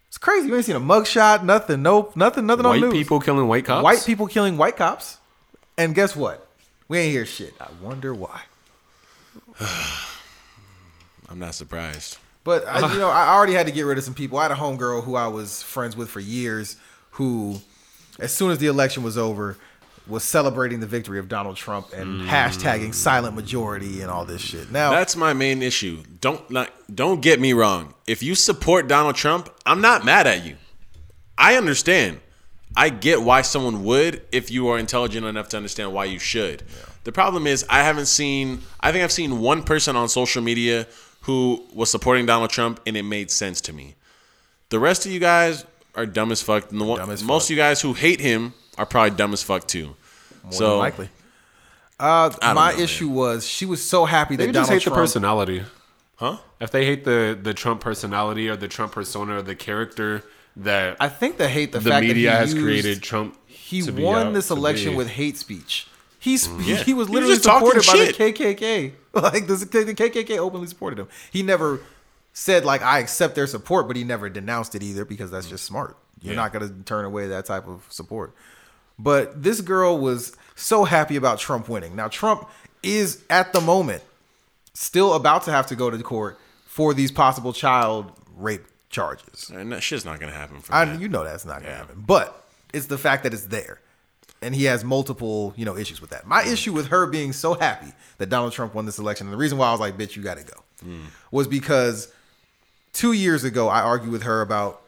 S3: It's crazy. You ain't seen a mugshot, nothing, nope, nothing, nothing on
S1: white
S3: news.
S1: people killing white cops.
S3: White people killing white cops. And guess what? We ain't hear shit. I wonder why.
S2: I'm not surprised.
S3: But
S1: Uh.
S3: I, you know, I already had to get rid of some people. I had a homegirl who I was friends with for years, who, as soon as the election was over, was celebrating the victory of Donald Trump
S1: Hmm.
S3: and hashtagging silent majority and all this shit. Now,
S2: That's my main issue. Don't not, don't get me wrong. If you support Donald Trump, I'm not mad at you. I understand. I get why someone would if you are intelligent enough to understand why you should. The problem is I haven't seen I think I've seen one person on social media who was supporting Donald Trump and it made sense to me. The rest of you guys are dumb as fuck. And the one,
S3: Dumb as
S2: most
S3: fuck.
S2: of you guys who hate him are probably dumb as fuck too. so
S3: more than likely, uh,
S2: don't
S3: my
S2: know, man.
S3: issue was she was so happy that
S1: They just
S3: Donald
S1: hate
S3: Trump.
S1: the personality.
S2: huh?
S1: If they hate the the Trump personality or the Trump persona or the character that
S3: I think they hate the,
S1: the
S3: fact
S1: media
S3: that he
S1: has
S3: used-
S1: created Trump.
S3: He
S1: to be
S3: won
S1: out
S3: this
S1: to
S3: election
S1: be-
S3: with hate speech. He's
S2: Yeah.
S3: he was
S2: He was
S3: literally
S2: just talking
S3: supported by
S2: shit.
S3: the KKK. Like this, the KKK openly supported him. He never said like I accept their support, but he never denounced it either because that's just smart. You're not going to turn away that type of support. But this girl was so happy about Trump winning. Now Trump is at the moment still about to have to go to court for these possible child rape charges.
S2: And that shit's not gonna happen for
S3: I
S2: that.
S3: you know that's not gonna happen. But it's the fact that it's there. And he has multiple, you know, issues with that. My issue with her being so happy that Donald Trump won this election, and the reason why I was like, bitch, you gotta go, was because two years ago I argued with her about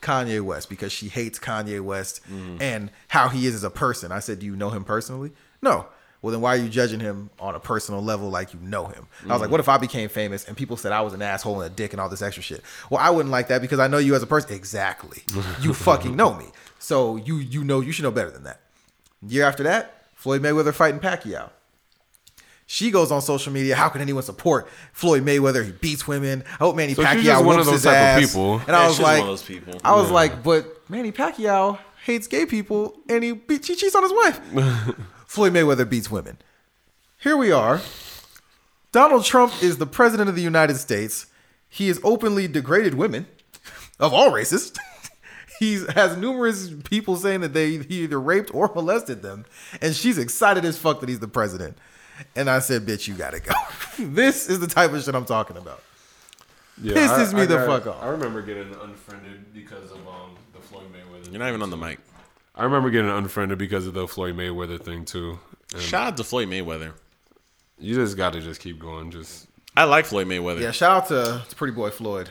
S3: Kanye West because she hates Kanye West and how he is as a person. I said, Do you know him personally? No. Well, then why are you judging him on a personal level like you know him? I was like, What if I became famous and people said I was an asshole and a dick and all this extra shit? Well, I wouldn't like that because I know you as a person. Exactly. You fucking know me. So you you know you should know better than that. Year after that, Floyd Mayweather fighting Pacquiao. She goes on social media. How can anyone support Floyd Mayweather? He beats women. I hope Manny
S1: So she's
S3: Pacquiao
S1: just one
S3: whoops
S1: of those
S3: his
S1: type of
S3: ass.
S1: people.
S3: And I
S2: Yeah,
S3: was
S2: she's one
S3: like,
S2: of those people.
S3: I was like, but Manny Pacquiao hates gay people and he, beat, he cheats on his wife. Floyd Mayweather beats women. Here we are. Donald Trump is the president of the United States. He has openly degraded women of all races. he has numerous people saying that they he either raped or molested them, and she's excited as fuck that he's the president. And I said, "Bitch, you gotta go." this is the type of shit I'm talking about.
S1: Yeah,
S3: pisses me the
S1: got-
S3: fuck off.
S1: I remember getting unfriended because of um, the Floyd Mayweather.
S2: You're not even on the mic.
S1: I remember getting unfriended because of the Floyd Mayweather thing too. And
S2: Shout out to Floyd Mayweather.
S1: you just got to just keep going. Just
S2: I like Floyd Mayweather.
S3: Yeah, shout out to, to Pretty Boy Floyd.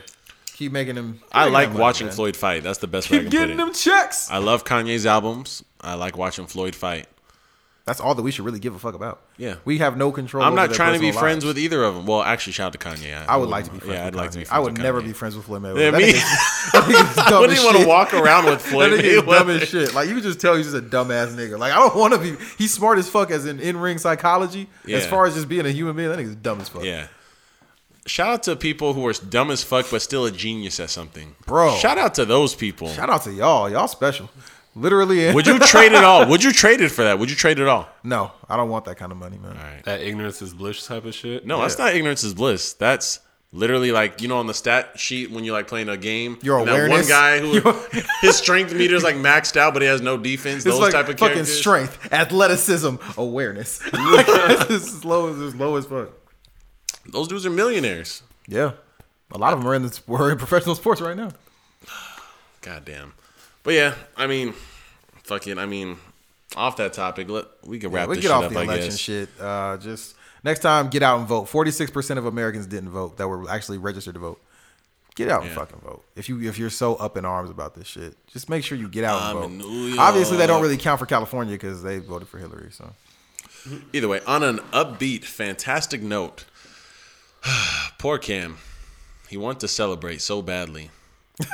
S3: Keep making him.
S2: I
S3: making
S2: like
S3: him money,
S2: watching
S3: man.
S2: Floyd fight. That's the best way I
S3: Keep
S2: can
S3: getting
S2: put it.
S3: them checks.
S2: I love Kanye's albums. I like watching Floyd fight.
S3: That's all that we should really give a fuck about.
S2: Yeah.
S3: we have no control.
S2: I'm not
S3: over their
S2: trying to be
S3: personal
S2: friends
S3: lives.
S2: with either of them. Well, actually, shout out to Kanye.
S3: I would like to be friends.
S2: Yeah, I'd
S3: with
S2: like to
S3: Kanye.
S2: be.
S3: I
S2: friends
S3: would
S2: with
S3: never
S2: Kanye.
S3: be friends with Floyd Mayweather.
S2: Yeah,
S3: That
S2: me-
S3: nigga's- that nigga's dumb
S2: I
S3: as
S2: wouldn't want
S3: shit.
S2: to walk around with Floyd
S3: That nigga's dumb as
S2: Mayweather.
S3: shit. Like you can just tell he's just a dumbass nigga. Like I don't want to be. He's smart as fuck as in in ring psychology. As
S2: Yeah.
S3: far as just being a human being, that nigga's dumb as fuck.
S2: Yeah. Shout out to people who are dumb as fuck but still a genius at something,
S3: Bro.
S2: Shout out to those people.
S3: Shout out to y'all. Y'all special. Literally.
S2: Would you trade it all? Would you trade it for that? Would you trade it all?
S3: No, I don't want that kind of money, man.
S2: right.
S1: that ignorance is bliss type of shit.
S2: No, that's not ignorance is bliss. That's literally like you know on the stat sheet when you're like playing a game.
S3: Your
S2: and
S3: awareness.
S2: That one guy who
S3: Your-
S2: his strength meter is like maxed out, but he has no defense.
S3: It's
S2: those
S3: like
S2: type of
S3: fucking
S2: characters.
S3: strength, athleticism, awareness. like, this is low as it's low as fuck.
S2: Those dudes are millionaires.
S3: Yeah, a lot of them are in this, we're in professional sports right now.
S2: God damn. But yeah, I mean, fuck it. I mean, off that topic, let we can wrap
S3: we
S2: this
S3: get
S2: shit
S3: off
S2: up.
S3: the
S2: I
S3: election
S2: guess.
S3: shit. Uh, just next time, get out and vote. Forty-six percent of Americans didn't vote that were actually registered to vote. Get out and
S2: Yeah.
S3: fucking vote. If you if you're so up in arms about this shit, just make sure you get out
S2: I'm
S3: and
S2: in
S3: vote.
S2: New
S3: Obviously, they don't
S2: York.
S3: really count for California because they voted for Hillary. So
S2: Either way, on an upbeat, fantastic note. Poor Cam. He wanted to celebrate so badly.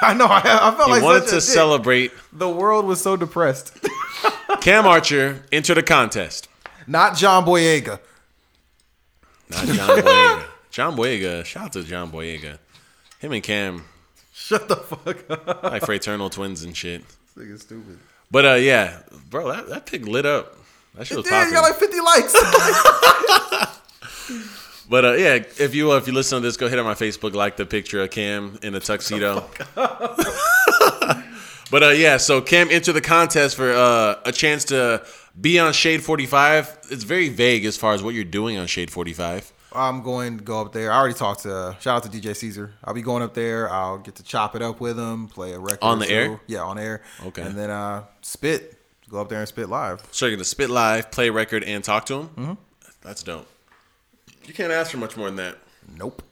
S3: I know I, I felt
S2: He
S3: like
S2: wanted
S3: such
S2: to
S3: a dick.
S2: celebrate.
S3: The world was so depressed.
S2: Cam Archer entered a contest.
S3: Not John Boyega.
S2: Not John Boyega. John Boyega. Shout out to John Boyega. Him and Cam,
S3: Shut the fuck up.
S2: like fraternal twins and shit.
S3: This nigga's stupid.
S2: But uh, yeah, bro, that, that pic lit up. That shit was popping.
S3: Damn, you got like 50 likes.
S2: But uh, yeah, if you uh, if you listen to this, go hit on my Facebook, like the picture of Cam in a tuxedo. but uh, yeah, so Cam entered the contest for uh, a chance to be on Shade Forty Five. It's very vague as far as what you're doing on Shade Forty Five.
S3: I'm going to go up there. I already talked to shout out to DJ Caesar. I'll be going up there. I'll get to chop it up with him, play a record
S2: On
S3: or
S2: the
S3: two.
S2: air?
S3: Yeah, on air.
S2: Okay.
S3: And then uh, spit. Go up there and spit live.
S2: So you're gonna spit live, play a record, and talk to him. Mm-hmm. That's dope. You can't ask for much more than that.
S3: Nope.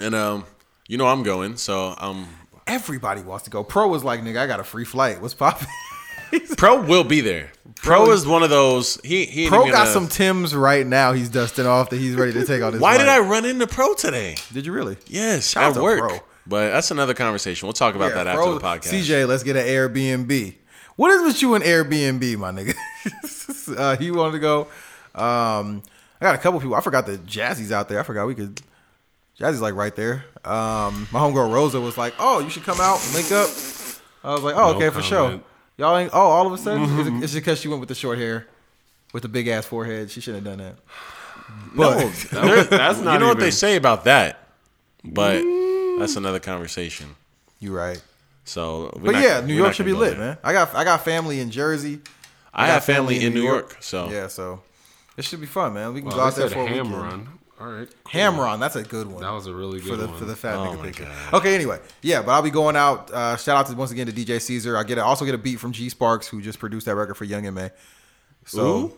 S2: And um, you know I'm going, so um,
S3: Everybody wants to go. Pro was like, nigga, I got a free flight. What's poppin'?
S2: Pro will be there. Pro is one of those. He he. ain't
S3: Pro
S2: even
S3: got
S2: gonna-
S3: some Tim's right now. He's dusting off that he's ready to take on this.
S2: Why did I
S3: flight.
S2: run into Pro today?
S3: Did you really?
S2: Yes,
S3: Shout out
S2: at
S3: to
S2: work.
S3: Pro.
S2: But that's another conversation. We'll talk about
S3: Yeah,
S2: that after
S3: Pro-
S2: the podcast.
S3: CJ, let's get an Airbnb. What is with you and Airbnb, my nigga? uh, he wanted to go. Um, I got a couple people. I forgot that Jazzy's out there. I forgot we could. Jazzy's like right there. Um, my homegirl Rosa was like, "Oh, you should come out, link up." I was like, "Oh,
S1: No
S3: okay, for sure."
S1: comment.
S3: Y'all ain't. Oh, all of a sudden, Is
S2: Mm-hmm.
S3: it- it's just because she went with the short hair, with the big ass forehead. She shouldn't have done that. But
S1: There- that's
S2: you
S1: not
S2: know what
S1: even-
S2: they say about that, but
S3: Mm.
S2: that's another conversation.
S3: you right.
S2: So, we're
S3: But
S2: not-
S3: yeah,
S2: we're
S3: New
S2: not
S3: York should
S2: gonna
S3: be
S2: go
S3: lit,
S2: there.
S3: man. I got I got family in Jersey.
S2: I
S3: got
S2: have family in New York, so
S3: yeah, so it should be fun, man. We can
S1: Wow,
S3: go out
S1: Oh. they
S3: there
S1: said
S3: for a
S1: ham
S3: weekend.
S1: run. All right, cool.
S3: Hamron, that's a good one.
S1: That was a really good
S3: for the
S1: one.
S3: for the fat
S2: Oh
S3: nigga
S2: my
S3: picture.
S2: God.
S3: Okay, anyway, yeah, but I'll be going out. Uh, shout out to once again to DJ Caesar. I get a, also get a beat from G Sparks who just produced that record for Young and May. So
S2: Ooh?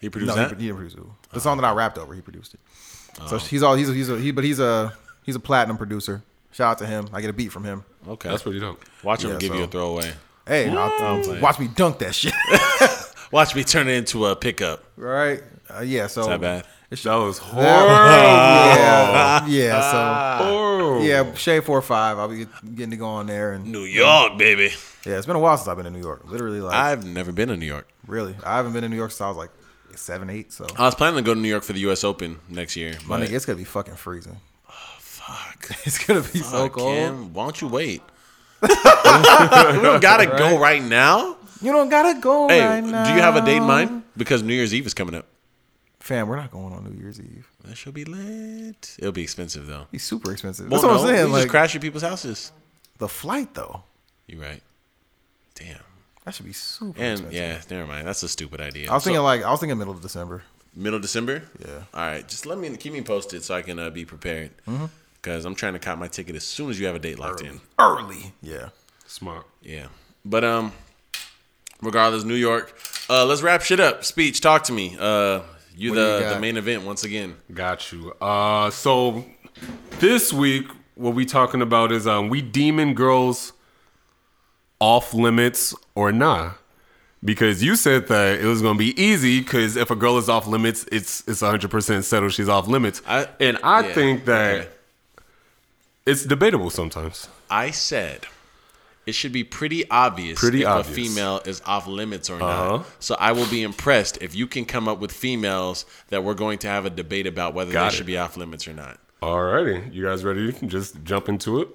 S2: he
S3: no,
S2: produced
S3: he,
S2: that.
S3: pro- he didn't produce it.
S1: Oh.
S3: The song that I rapped over, he produced it. So he's all he's a, he's a, he, but he's a he's a platinum producer. Shout out to him. I get a beat from him.
S2: okay,
S1: That's pretty dope.
S2: Watch him
S3: Yeah,
S2: give
S3: so-
S2: you a throwaway.
S3: Hey, I'll-
S1: Oh
S2: man.
S3: watch me dunk that shit.
S2: Watch me turn it into a pickup.
S3: right? Uh, yeah. So
S2: Not bad.
S1: That was horrible.
S3: Yeah, yeah. So
S1: Horrible.
S3: yeah, Shade Four Five. I'll be getting to go on there, and
S2: New York, baby.
S3: yeah, it's been a while since I've been in New York. Literally, like
S2: I've never been to New York.
S3: really, I haven't been in New York since I was like seven, eight. So
S2: I was planning to go to New York for the U.S. Open next year.
S3: my
S2: but
S3: nigga, it's gonna be fucking freezing.
S2: Oh, fuck.
S3: It's gonna be so
S2: Fuck,
S3: cold.
S2: Cam, why don't you wait? we don't gotta go right now.
S3: You don't gotta go
S2: Hey,
S3: right
S2: do
S3: now.
S2: you have a date in mind? Because New Year's Eve is coming up.
S3: Fam, we're not going on New Year's Eve.
S2: That should be lit. It'll be expensive though.
S3: He's super expensive.
S2: Well,
S3: That's what
S2: no,
S3: I'm
S2: You
S3: saying.
S2: just
S3: Like
S2: crash at people's houses.
S3: the flight though,
S2: You're right. Damn.
S3: that should be super
S2: And
S3: expensive.
S2: yeah, never mind. That's a stupid idea.
S3: I was
S2: So,
S3: thinking like I was thinking middle of December.
S2: middle of December.
S3: Yeah.
S2: All right. Just let me keep me posted so I can uh, be prepared.
S1: Mm-hmm.
S2: Because I'm trying to cop my ticket as soon as you have a date locked in.
S3: Early. Yeah.
S1: Smart.
S2: Yeah. But um, regardless, New York. Uh, let's wrap shit up. Speech. Talk to me. Uh, you
S3: What do you
S2: the
S3: got?
S2: the main event once again.
S1: Got you. Uh, so this week, what we talking about is um, we demon girls off limits or nah? Because you said that it was gonna be easy. Because if a girl is off limits, it's it's hundred percent settled. She's off limits,
S2: I-
S1: and I
S2: yeah,
S1: think that
S2: okay.
S1: it's debatable sometimes.
S2: I said it should be pretty obvious
S1: Pretty
S2: if
S1: obvious.
S2: a female is off limits or
S1: Uh-huh.
S2: not. So I will be impressed if you can come up with females that we're going to have a debate about whether
S1: Got
S2: they
S1: it.
S2: should be off limits or not.
S1: Alrighty, you guys ready? Just jump into it.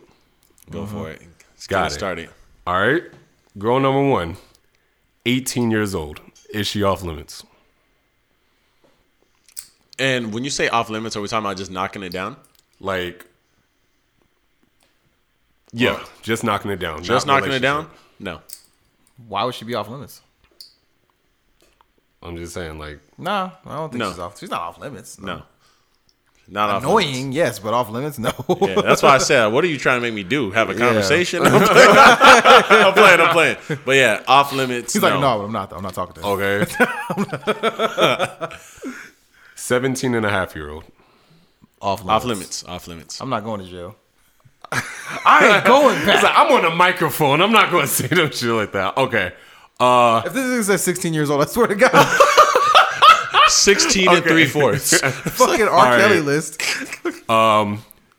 S2: Go for it. Let's
S1: Mm-hmm. Got
S2: get
S1: it.
S2: it started.
S1: All right, girl number one, 18 years old. Is she off limits?
S2: And when you say off limits, are we talking about just knocking it down?
S1: Like, yeah, just knocking it down.
S2: Just
S1: not
S2: knocking it down? No.
S3: Why would she be off limits?
S1: relationship. I'm just saying, like,
S3: Nah, I don't think
S2: No.
S3: she's off. She's not off limits.
S2: No. Not off limits.
S3: Annoying, yes, but off limits, no.
S2: Yeah, that's why I said, what are you trying to make me do? Have a conversation? I'm, playing, I'm playing. I'm playing. But yeah, off limits.
S3: He's
S2: no. Oh.
S3: like, no, but I'm not. I'm not talking to him.
S1: okay. 17 and a half year old.
S3: Off limits.
S2: Off limits. Off limits.
S3: I'm not going to jail. I ain't going
S1: It's
S3: back.
S1: like, I'm on a microphone. I'm not going to say no shit like that. Okay. Uh,
S3: If this is at 16 years old, I swear to God,
S2: 16 and
S1: Okay.
S2: 3 fourths.
S3: fucking R.
S1: All
S3: Kelly
S1: right.
S3: list.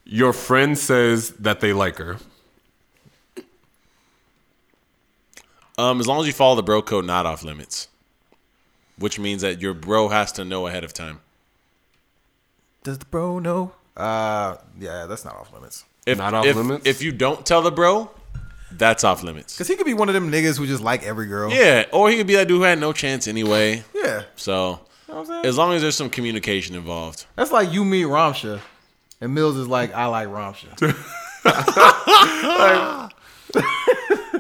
S1: your friend says that they like her.
S2: Um, as long as you follow the bro code, not off limits, which means that your bro has to know ahead of time.
S3: Does the bro know? Uh, yeah, that's not off limits.
S2: If,
S1: Not off
S2: if-
S1: limits?
S2: If you don't tell the bro, that's off limits.
S3: Cause he could be one of them niggas who just like every girl.
S2: Yeah, or he could be that dude who had no chance anyway.
S3: yeah.
S2: So,
S3: You know what I'm saying?
S2: as long as there's some communication involved,
S3: That's like you meet Ramsha, and Mills is like, I like Ramsha.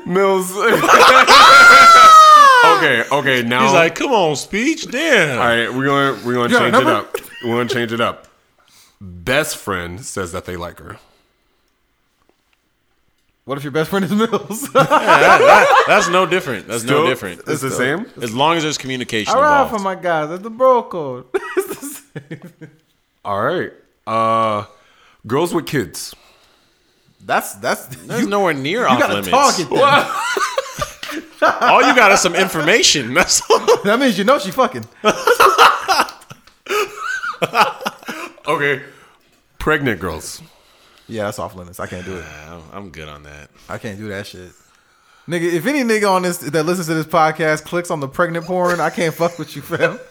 S1: Mills. okay, okay. Now
S2: he's like, "Come on, speech, damn."
S1: All right, we're gonna we're gonna
S3: got a
S1: change it
S3: number?
S1: up. We want to change it up. Best friend says that they like her.
S3: What if your best friend is Mills?
S2: That's no different. That's no
S1: Still,
S2: different.
S1: It's the same.
S2: As long as there's communication
S3: I ride for
S2: involved.
S3: my guys. That's the bro code.
S1: All right. Uh, girls with kids.
S3: That's that's
S2: There's nowhere near
S3: you
S2: off
S3: gotta
S2: limits.
S3: talk it. Then.
S2: All you got is some information. That's all.
S3: That means you know she fucking.
S1: Okay. Pregnant girls.
S3: Yeah, that's off limits. I can't do it.
S2: I'm- I'm good on that.
S3: I can't do that shit. Nigga, if any nigga on this that listens to this podcast clicks on the pregnant porn, I can't fuck with you, fam.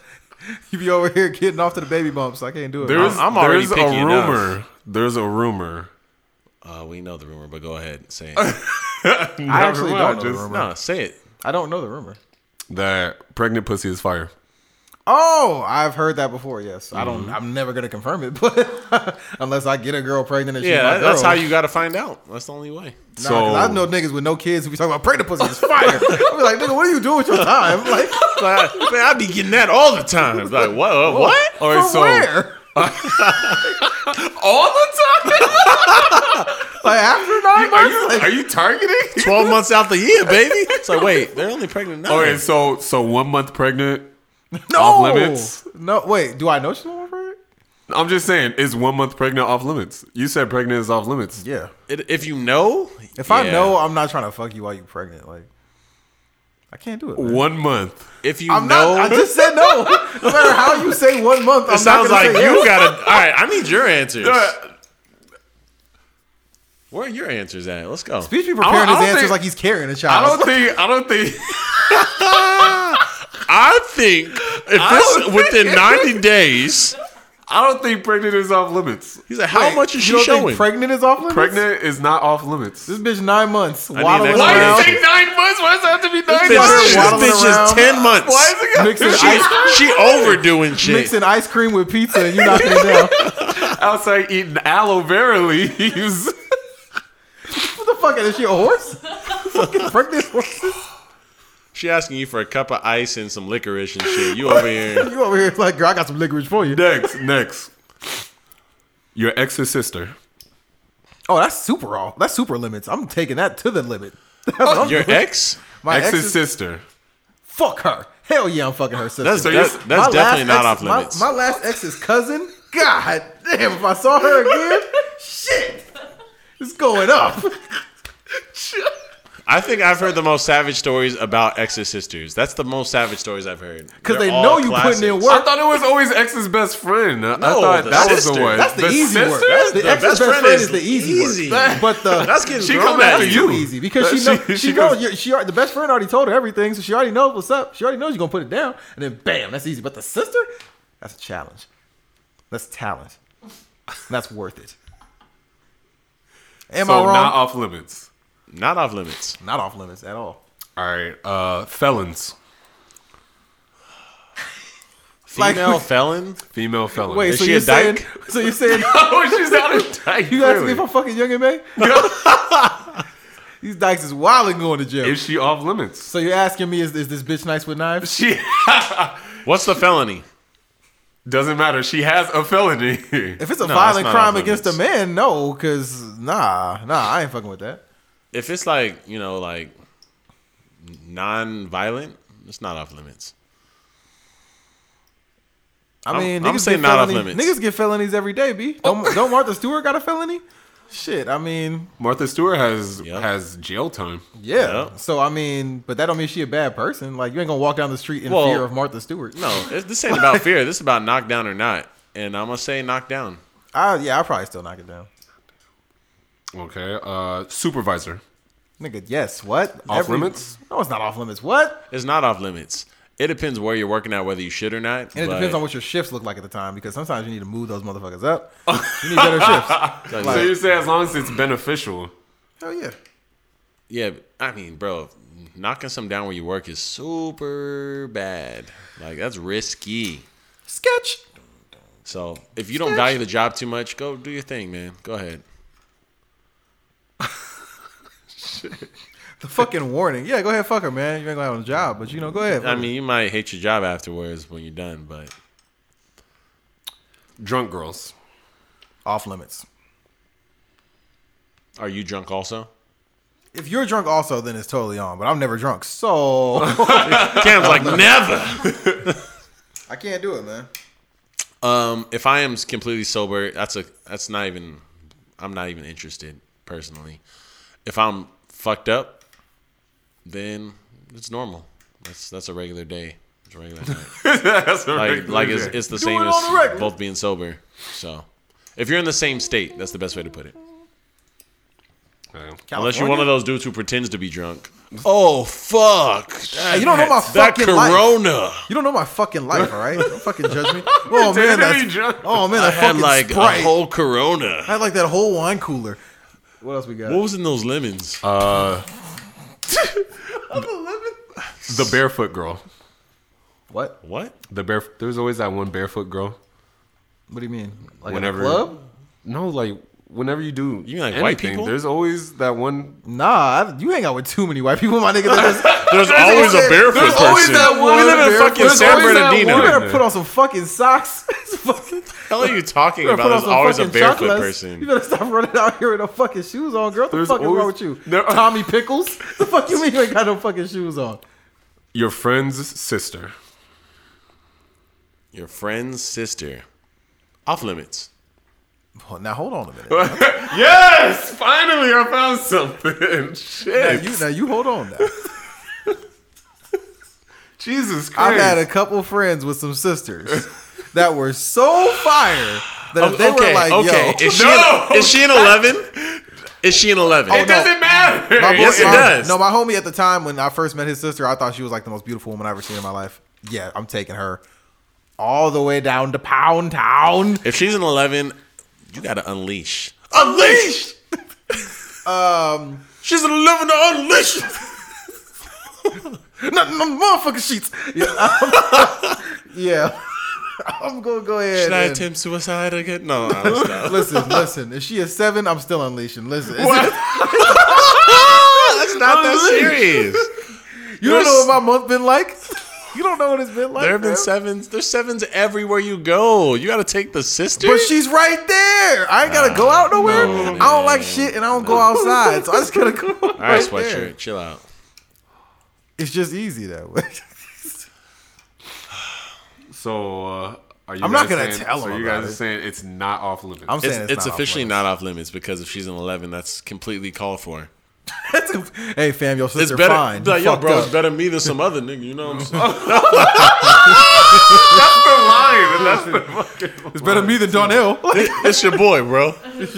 S3: You be over here getting off to the baby bumps. I can't do it.
S1: There's,
S2: I'm already
S1: there's
S2: picky
S1: a
S2: enough.
S1: rumor. There's a rumor.
S2: Uh, we know the rumor, but go ahead. Say it.
S3: I actually
S1: Never
S3: don't
S1: mind,
S3: know the
S1: just-
S3: rumor.
S2: no, say it.
S3: I don't know the rumor.
S1: That pregnant pussy is fire.
S3: Oh, I've heard that before. Yes, I don't. I'm never gonna confirm it, but unless I get a girl pregnant, and she's
S2: Yeah,
S3: my
S2: that- that's
S3: girl.
S2: how you got to find out. That's the only way.
S3: Nah, 'cause I
S1: So-
S3: know niggas with no kids who be talking about pregnant pussy is fire. I be like, nigga, what are you doing with your time? Like,
S2: But I, man, I be getting that all the time. It's Like what? What? what?
S1: All right,
S3: from
S1: so
S3: where?
S1: all the time.
S3: Like after nine
S1: Are
S3: months?
S1: you
S3: Like,
S1: are you targeting?
S2: Twelve months out the year, baby. It's like wait, they're only pregnant now.
S1: All right, so so one month pregnant.
S3: no
S1: off limits?
S3: No, wait. Do I know she's not pregnant?
S1: I'm just saying, is one month pregnant off limits? You said pregnant is off limits.
S3: Yeah.
S2: It- if you know,
S3: If
S2: yeah.
S3: I know, I'm not trying to fuck you while you're pregnant. Like, I can't do it. man.
S1: One month.
S2: if you
S3: I'm
S2: know,
S3: not. I just said no. no matter how you say one month, I'm
S2: it sounds
S3: not
S2: like
S3: gonna
S2: you
S3: say yes.
S2: gotta. All right, I need your answers.
S1: Uh,
S2: Where are your answers at? Let's go.
S3: Please be
S1: I
S3: preparing
S1: don't
S3: his
S1: think-
S3: answers like he's carrying a
S1: I
S3: child.
S1: don't think. I don't think.
S2: I think if this
S1: don't
S2: within ninety days,
S1: I don't think pregnant is off limits.
S2: he's like, how
S3: Wait,
S2: much is
S3: you
S2: she
S3: don't think
S2: showing?
S3: pregnant is off limits?
S1: Pregnant is not off limits.
S3: This bitch nine months
S2: need
S3: waddling
S2: an Why do you
S3: around,
S2: explanation.
S1: nine months? Why does it have to be
S2: This
S1: nine
S2: bitch,
S3: months?
S2: this
S3: Waddling
S2: bitch is
S3: around.
S2: ten months.
S1: Why is it
S3: Mixing
S1: got
S3: ice-
S2: She, she overdoing shit.
S3: mixing ice cream with pizza, and you knocking it down.
S1: outside eating aloe vera leaves?
S3: What the fuck is she a horse? Fucking pregnant horses?
S2: She asking you for a cup of ice and some licorice and shit. You over here.
S3: You over here like, girl, I got some licorice for you.
S1: next, next. Your ex's sister.
S3: Oh, that's super all. That's super limits. I'm taking that to the limit. That's what I'm
S2: Your
S3: doing.
S2: ex?
S3: my
S1: ex's
S3: is-
S1: sister.
S3: Fuck her. Hell yeah, I'm fucking her sister.
S2: That's,
S1: So
S2: that-
S1: you're-
S2: that's
S3: My last
S2: definitely not
S3: ex-
S2: off
S3: my-
S2: limits.
S3: My, last ex's cousin. God damn! If I saw her again, shit, it's going up.
S2: I think I've heard the most savage stories about exes sisters. That's the most savage stories I've heard.
S3: Because they
S2: They're all
S3: know you putting in
S2: classics.
S1: I
S3: work.
S1: thought it was always ex's best friend. I thought
S2: the
S1: that was
S2: sister.
S1: the one.
S3: That's the, easy
S1: sister?
S3: work. That's the,
S2: the
S3: ex's
S2: best
S3: best
S2: friend
S3: friend,
S2: is
S3: is the easy,
S2: easy.
S3: work. But the
S2: That's getting
S1: She
S2: she thrown
S1: come
S2: at
S1: after
S2: you.
S1: you.
S3: too easy because she
S1: She-
S3: knows she,
S1: she
S3: knows
S1: goes-
S3: you she already- the best friend already told her everything, so she already knows what's up. She already knows you're gonna put it down, and then bam, that's easy. But the sister, that's a challenge. That's talent. And That's worth it. Am
S1: So
S3: I wrong?
S1: not
S3: Not off-,
S1: off limits.
S2: Not off limits.
S3: limits at all.
S1: All right, uh, felons,
S3: Like-
S2: Female felon?
S1: female felons.
S3: Wait,
S2: Is
S3: so
S2: she
S3: you're
S2: a
S3: saying?
S2: dyke?
S3: So you're saying
S1: oh, she's out of time.
S3: you asking me if I'm fucking young and May? These dykes is wild and going to jail.
S1: Is she off limits?
S3: so you're asking me, is, is this bitch nice with knives?
S1: She
S2: What's the felony?
S1: doesn't matter. She has a felony.
S3: If it's a
S2: No, that's
S3: violent
S2: not
S3: crime
S2: off
S3: against a
S2: limits.
S3: man, no, cause nah, nah, I ain't fucking with that.
S2: If it's like, you know, like non violent, it's not off limits.
S3: I
S2: I'm-
S3: mean,
S2: I'm
S3: niggas
S2: saying
S3: get
S2: not off
S3: felony-
S2: limits.
S3: Niggas get felonies every day, b. Don't, don't Martha Stewart got a felony? Shit, I mean,
S1: Martha Stewart has
S2: Yeah.
S1: has jail time.
S3: yeah.
S2: Yeah.
S3: So I mean, but that don't mean she a bad person. Like you ain't gonna walk down the street in
S2: Well,
S3: fear of Martha Stewart.
S2: No, this- this ain't about fear. This is about knock down or not. And I'm going to say knock down.
S3: I, yeah, I probably still knock it down.
S1: Okay, uh, supervisor.
S3: Nigga, yes, what
S1: Off limits?
S3: No, it's not off limits. What?
S2: It's not off limits. It depends where you're working at, whether you should or not.
S3: And it
S2: but-
S3: depends on what your shifts look like at the time because sometimes you need to move those motherfuckers up. You need better shifts.
S2: like,
S1: so you say as long as it's beneficial.
S3: Hell yeah.
S2: yeah, I mean, bro, knocking some down where you work is super bad. Like that's risky.
S3: Sketch.
S2: So if you don't value the job too much, go do your thing, man. Go ahead.
S3: The fucking warning. Yeah, go ahead, fuck her, man. You ain't gonna have a job, but you know, go ahead.
S2: I mean, you might hate your job afterwards when you're done, but
S1: Drunk girls.
S3: Off limits.
S2: Are you drunk also?
S3: If you're drunk, also, then it's totally on. But I'm never drunk, so
S2: Cam's like never.
S3: I can't do it, man.
S2: Um, if I am completely sober, that's a that's not even. I'm not even interested personally. If I'm fucked up, then it's normal. That's that's a regular day. It's a regular night.
S1: That's a
S2: like
S1: regular
S2: like it's,
S1: day.
S2: it's the same
S3: it
S2: as
S3: on the regular.
S2: both being sober. So if you're in the same state, that's the best way to put it.
S1: Yeah.
S2: Unless you're one of those dudes who pretends to be drunk. Oh fuck! That,
S3: you don't know my
S2: that
S3: fucking life.
S2: Corona.
S3: You don't know my fucking life, all right? Don't fucking judge me. Oh
S1: Damn,
S3: man,
S1: you
S3: that's,
S1: drunk.
S3: oh man, that
S2: I had
S3: fucking
S2: like uh,
S3: Sprite.
S2: a whole Corona.
S3: I had like that whole wine cooler. What else we got?
S2: What was in those lemons?
S3: Oh.
S1: The barefoot girl.
S3: what?
S2: what?
S1: The bare. There's always that one barefoot girl.
S3: What do you mean? Like
S1: Whenever-
S3: at a club?
S1: No, like whenever you do,
S2: You mean like white people?
S1: There's always that one.
S3: Nah, I, you hang out with too many white people, my nigga. There's,
S2: There's always a
S3: always-
S2: barefoot
S1: there's
S2: person.
S1: always that one
S2: we live in
S1: barefoot-
S2: fucking
S1: there's
S2: San
S1: always that
S2: Bernardino.
S1: one-
S3: you better put on some fucking socks. It's fucking,
S2: hell are you talking
S3: you better
S2: about?
S3: put on
S2: There's
S3: some
S2: always a
S3: fucking
S2: barefoot
S3: chocolates.
S2: person.
S3: You better stop running out here with no fucking shoes on, girl. What the
S1: There's
S3: fuck is wrong
S1: always-
S3: with you?
S1: There are-
S3: Tommy Pickles? The fuck you mean you ain't got no fucking shoes on?
S1: Your friend's sister.
S2: Your friend's sister. Off limits.
S3: Well, now hold on a minute.
S1: Yes, finally I found something.
S3: now,
S1: Shit,
S3: you, now you hold on now.
S1: Jesus Christ.
S3: I've had a couple friends with some sisters that were so fire that if they
S2: okay,
S3: were like,
S2: okay.
S3: yo.
S2: Is, she
S1: No!
S2: an, is she an 11? Is she an 11?
S1: it doesn't matter.
S3: My boy-
S2: Yes, it
S3: my-
S2: does.
S3: No, my homie at the time when I first met his sister, I thought she was like the most beautiful woman I ever seen in my life. Yeah, I'm taking her all the way down to Pound Town.
S2: If she's an 11, you gotta unleash. Unleash! um, she's an 11 to unleash!
S3: Nothing on the motherfucking sheets. Yeah, I'm, yeah. I'm gonna go ahead.
S2: Should I
S3: and-
S2: attempt suicide again? No, no, no, stop.
S3: Listen, listen. If she is seven, I'm still unleashing. Listen,
S2: That's not that serious.
S3: you don't know what my month been like. You don't know what it's been like.
S2: There have been
S3: man.
S2: sevens. There's sevens everywhere you go. You gotta take the sister.
S3: But she's right there. I ain't gotta go out nowhere.
S2: no,
S3: I don't like shit, and I don't go outside, so I just gotta go. All
S2: All right, sweatshirt. Chill out.
S3: It's just easy that way.
S1: So uh, are you?
S3: I'm not
S1: guys
S3: gonna
S1: saying-
S3: tell
S1: So
S3: him
S1: you
S3: about
S1: guys
S3: it.
S1: are saying it's not off limits.
S3: I'm
S2: It's,
S3: saying
S2: it's,
S3: it's, not
S2: officially
S3: off
S2: not off limits because if she's an 11, that's completely called for.
S3: limits. hey, fam, your
S2: It's
S3: sister
S2: better.
S3: fine.
S2: Like,
S3: You
S2: yo,
S3: fucked
S2: bro,
S3: up.
S2: it's better me than some other nigga. You know what I'm saying?
S1: lying. That's the fucking.
S3: It's better me than Donnell.
S2: it's your boy, bro.
S3: it's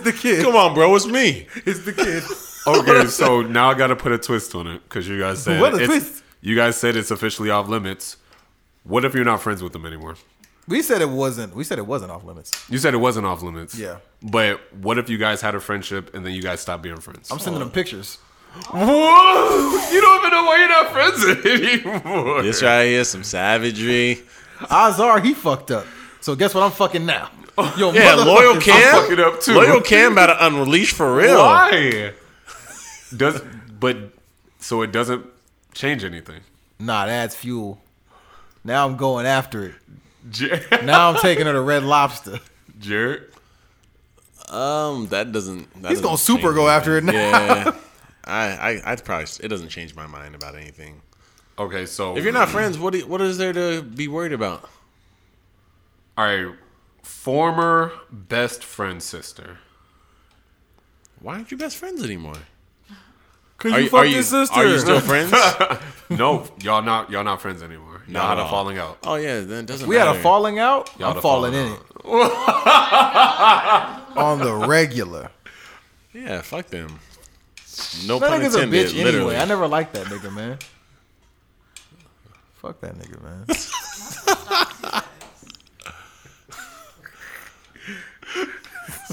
S3: the kid.
S2: Come on, bro. It's me.
S3: It's the kid.
S1: Okay, so now I got to put a twist on it because you guys said
S3: What a
S1: it's-
S3: twist.
S1: You guys said it's officially off limits. What if you're not friends with them anymore?
S3: We said it wasn't. We said it wasn't off limits.
S1: You said it wasn't off limits.
S3: Yeah.
S1: But what if you guys had a friendship and then you guys stopped being friends?
S3: I'm sending them pictures.
S1: Whoa! You don't even know why you're not friends anymore.
S2: This right here, some savagery.
S3: Odds are he fucked up. So guess what? I'm fucking now. Yo,
S2: Yeah,
S3: motherfucker-
S2: loyal Cam.
S1: fucking up too.
S2: Loyal Cam about to unleash for real.
S1: Why? Does but so it doesn't change anything.
S3: Nah, that's fuel. Now I'm going after it.
S1: Jer-
S3: Now I'm taking her to Red Lobster.
S1: Jared,
S2: Um, that doesn't. That
S3: He's gonna
S2: doesn't
S3: super
S2: change
S3: go after it now.
S2: Yeah, I, I, I'd probably. It doesn't change my mind about anything.
S1: Okay, so
S2: If you're not friends, what, do you- what is there to be worried about?
S1: all right, former best friend sister.
S2: Why aren't you best friends anymore?
S3: Cause
S2: Are you, are you, are you still friends?
S1: No, y'all not y'all not friends anymore. Y'all had a falling out.
S2: Oh yeah, then it doesn't.
S3: we had a
S2: matter.
S3: falling out.
S1: Y'all
S3: I'm
S1: done
S3: falling in
S1: falling
S3: it. On the regular.
S2: Yeah, fuck them. No
S3: That
S2: pun
S3: nigga's a
S2: intended.
S3: bitch
S2: literally,
S3: anyway. I never liked that nigga, man. Fuck that nigga, man.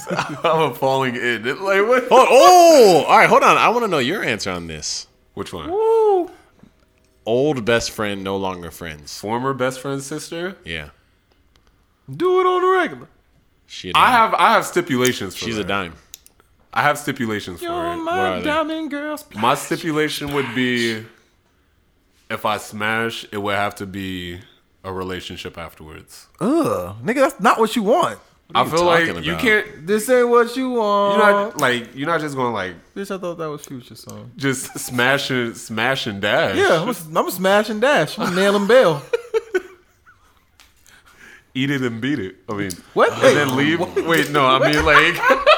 S1: I'm a falling in. It, like what?
S2: Oh, oh, all right. Hold on. I want to know your answer on this.
S1: Which one?
S2: Old best friend, no longer friends.
S1: Former best friend sister.
S2: Yeah,
S3: Do it on the regular.
S2: she. A
S1: I
S2: dime.
S1: have I have stipulations for
S2: She's
S1: that.
S2: a dime.
S1: I have stipulations for it.
S2: Where are they?
S3: diamond girls.
S1: My stipulation would be if I smash, it would have to be a relationship afterwards.
S3: Ugh, nigga, that's not what you want.
S1: I
S2: you
S1: feel like
S2: talking
S1: you
S2: about?
S1: can't.
S3: This ain't what you
S1: You're
S3: want.
S1: not like you're not just going to like
S3: Bitch, I thought that was Future song.
S1: just smashing smashing dash.
S3: Yeah, I'm, a- I'm a smash and dash. I'm a nail and bail.
S1: eat it and beat it. I mean,
S3: What?
S1: and then leave. Wait, no, I mean like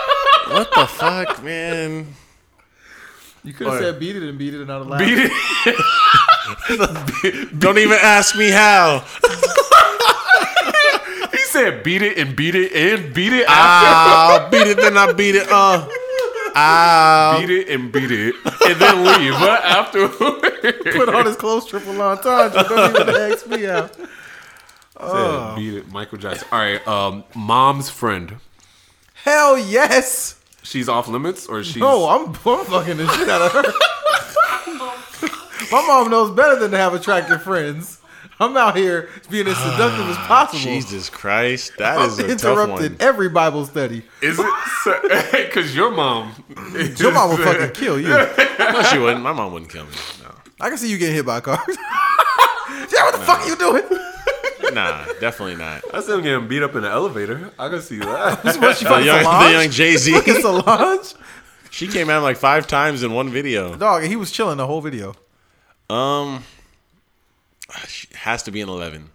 S2: What the fuck, man?
S3: You could have
S1: Alright.
S3: said beat it and beat it and not allowed.
S1: beat it.
S2: Don't even ask me how.
S1: He said beat it and beat it and beat it.
S2: I'll beat it, then I beat it. Uh, I'll
S3: Um,
S1: beat it and beat it and then leave but afterwards.
S3: Put on his clothes triple entendre. Don't even ask me out. Oh.
S1: Beat it, Michael Jackson. All right, um, mom's friend.
S3: Hell yes.
S1: She's off limits or she's
S3: No, I'm, I'm fucking the shit out of her. My mom knows better than to have attractive friends. I'm out here being as seductive as possible.
S2: Ah, Jesus Christ, that
S3: I'm
S2: is a tough
S3: interrupted
S2: one.
S3: every Bible study.
S1: is it because your mom?
S3: Your mom will fucking kill you.
S2: No, she wouldn't. My mom wouldn't kill me.
S3: I can see you getting hit by a car. yeah, what the fuck are you doing?
S2: No. Nah, definitely not.
S1: I said I'm getting beat up in the elevator. I can see that.
S3: This is what she
S2: The
S3: fucking
S2: young, the
S3: Solange?
S2: young Jay Z.
S3: Fucking Solange?
S2: She came out like five times in one video.
S3: Dog, he was chilling the whole video.
S2: Um, she has to be an eleven.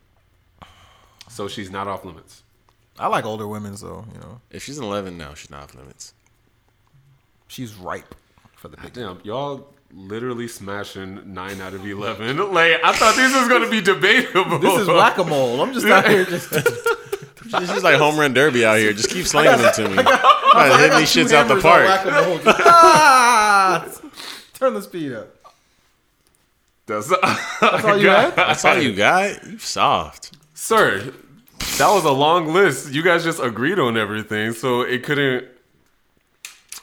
S1: so she's not off limits.
S3: I like older women, so you know
S2: If she's an eleven, no, she's not off limits.
S3: she's ripe for the big.
S1: Damn, y'all literally smashing nine out of eleven. Like I thought this was gonna be debatable.
S3: This is whack a mole. I'm just out here just.
S2: This is like home run derby out here. Just keep slanging them to me. Try to hit these shits out the park.
S3: Ah! Turn the speed up.
S1: That's,
S3: That's all you had.
S2: That's all you got. You soft.
S1: sir. That was a long list. You guys just agreed on everything, so it couldn't.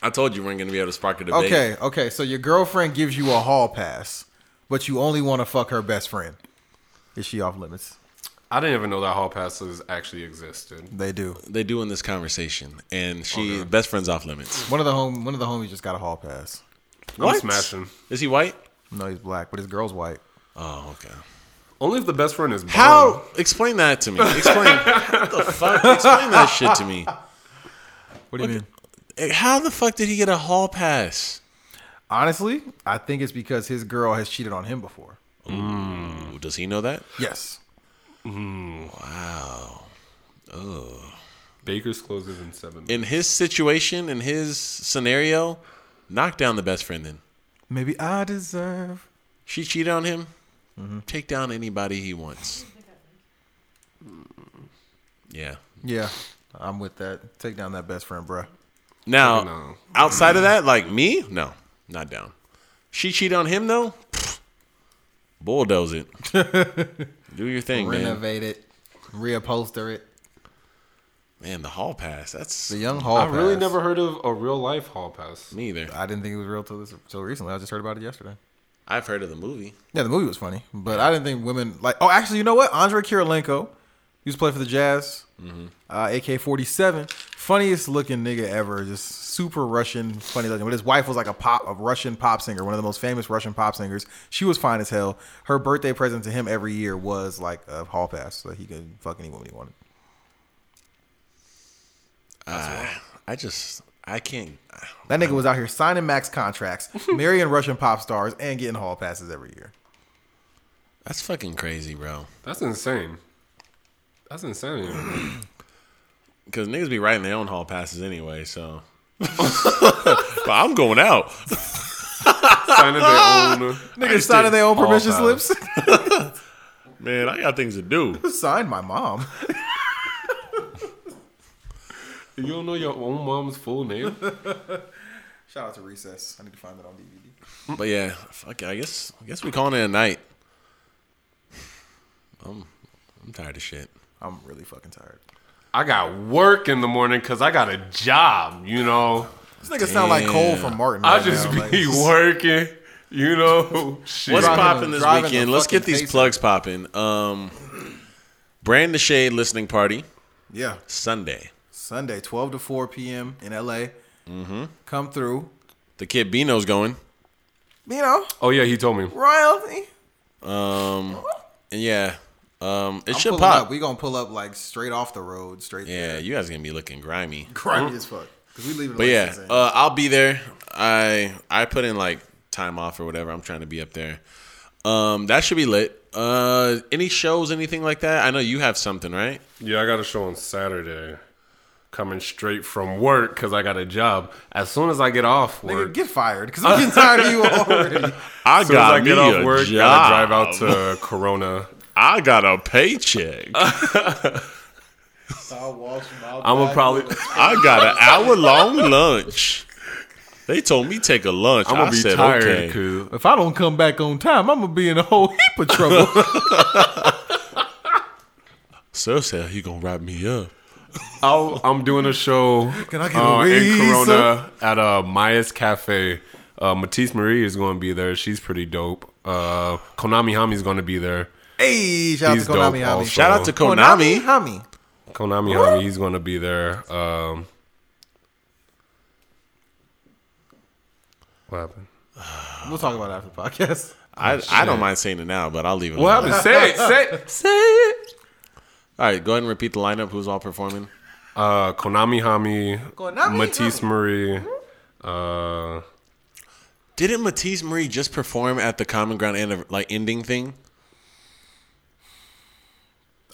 S2: I told you we weren't gonna be able to spark a debate.
S3: Okay, okay. So your girlfriend gives you a hall pass, but you only want to fuck her best friend. Is she off limits?
S1: I didn't even know that hall passes actually existed.
S3: They do.
S2: They do in this conversation, and she best friends off limits.
S3: One of the home. One of the homies just got a hall pass.
S1: I'm smashing.
S2: Is he white?
S3: No, he's black, but his girl's white.
S2: Oh, okay.
S1: Only if the best friend is
S2: How?
S1: Bond.
S2: Explain that to me. Explain. what the fuck? Explain that shit to me.
S3: What do you mean?
S2: Eh, How the fuck did he get a hall pass?
S3: Honestly, I think it's because his girl has cheated on him before.
S2: Ooh, does he know that?
S3: Yes.
S1: Baker's closes in seven.
S2: In his situation, in his scenario, knock down the best friend. Then
S3: Maybe I deserve.
S2: she cheated on him. Take down anybody he wants. Yeah.
S3: Yeah, I'm with that. Take down that best friend, bruh.
S2: Now,
S1: No.
S2: outside of that, like me, no, not down. She cheated on him though. Pfft. Bulldoze it. Do your thing, man.
S3: Renovate it, reupholster it.
S2: Man, the hall pass. That's
S3: The
S2: me
S3: young hall.
S1: I really
S3: pass.
S1: never heard of a real life hall pass.
S2: either.
S3: I didn't think it was real till this till recently. I just heard about it yesterday.
S2: I've heard of the movie.
S3: Yeah, the movie was funny, but I didn't think women like. Oh, actually, you know what? Andre Kirilenko, he used to play for the Jazz,
S1: Mm-hmm.
S3: uh, AK forty seven, funniest looking nigga ever, just super Russian, funny looking. But his wife was like a pop, a Russian pop singer, one of the most famous Russian pop singers. She was fine as hell. Her birthday present to him every year was like a hall pass, so he could fuck any woman he wanted.
S2: I just I can't.
S3: That nigga was out here signing max contracts, marrying Russian pop stars, and getting hall passes every year.
S2: That's fucking crazy, bro.
S1: That's insane. That's insane.
S2: Because niggas be writing their own hall passes anyway. So, but I'm going out.
S1: Signing their own.
S3: Niggas signing their own permission slips.
S2: Man, I got things to do.
S3: Signed my mom.
S1: You don't know your own mom's full name?
S3: Shout out to Recess. I need to find that on DVD.
S2: But yeah, fuck it. I guess I guess we calling it a night. I'm I'm tired of shit.
S3: I'm really fucking tired.
S1: I got work in the morning because I got a job, you know?
S3: This nigga sound like Cole
S2: Damn.
S3: from Martin.
S1: I
S3: right
S1: just
S3: now, like-
S1: be working, you know? Shit.
S2: What's
S3: Driving
S2: popping
S3: the-
S2: this
S3: driving the
S2: weekend? Let's get
S3: fucking
S2: these
S3: face
S2: plugs popping. Um, Brand the Shade listening party
S3: Yeah.
S2: Sunday.
S3: Sunday, 12 to 4 p.m. in LA. Mm-hmm. Come through.
S2: The kid Bino's going.
S3: You know,
S1: oh, yeah, he told me.
S3: royalty.
S2: Um, and yeah, Um, it
S3: I'm
S2: should
S3: pulling
S2: pop.
S3: up. We gonna pull up like straight off the road, straight
S2: yeah, you guys gonna be looking grimy.
S3: grimy as fuck. Cause we leaving.
S2: But yeah,
S3: Lexington.
S2: uh, I'll be there. I I put in like time off or whatever. I'm trying to be up there. Um, that should be lit. Uh, any shows, anything like that? I know you have something, right?
S1: Yeah, I got a show on Saturday. Coming straight from work because I got a job. As soon as I get off
S3: Nigga,
S1: work,
S3: get fired because I'm getting tired of you already.
S2: I
S1: as soon as I get off work, gotta drive out to Corona.
S2: I got a paycheck.
S1: I'm gonna probably,
S2: I got an hour long lunch. They told me take a lunch.
S1: I'm
S2: i
S1: gonna be
S2: said
S1: tired.
S2: okay.
S1: 'cause
S3: if I don't come back on time, I'm gonna be in a whole heap of trouble.
S2: Sir said he gonna wrap me up.
S1: I'll, I'm doing a show
S3: Can I get
S1: uh,
S3: a
S1: in
S3: raise,
S1: Corona at uh, Maya's Cafe. Uh, Matisse Marie is going to be there. She's pretty dope. Uh, Konami Hami's going to be there.
S3: hey, shout
S1: He's
S3: out to Konami
S1: dope
S3: Hami.
S1: also.
S2: Shout out to Konami.
S3: Konami Hami.
S1: Konami Hami, he's going to be there. Um, what happened?
S3: We'll talk about it after the podcast.
S1: Oh,
S2: I, I don't mind saying it now, but I'll leave it.
S1: What
S2: alone.
S1: happened? Say it. Say it. Say it.
S2: All right, go ahead and repeat the lineup. Who's all performing?
S1: Uh, Konami Hami,
S3: Konami
S1: Matisse
S3: Hami.
S1: Marie. Uh,
S2: Didn't Matisse Marie just perform at the Common Ground end, like ending thing?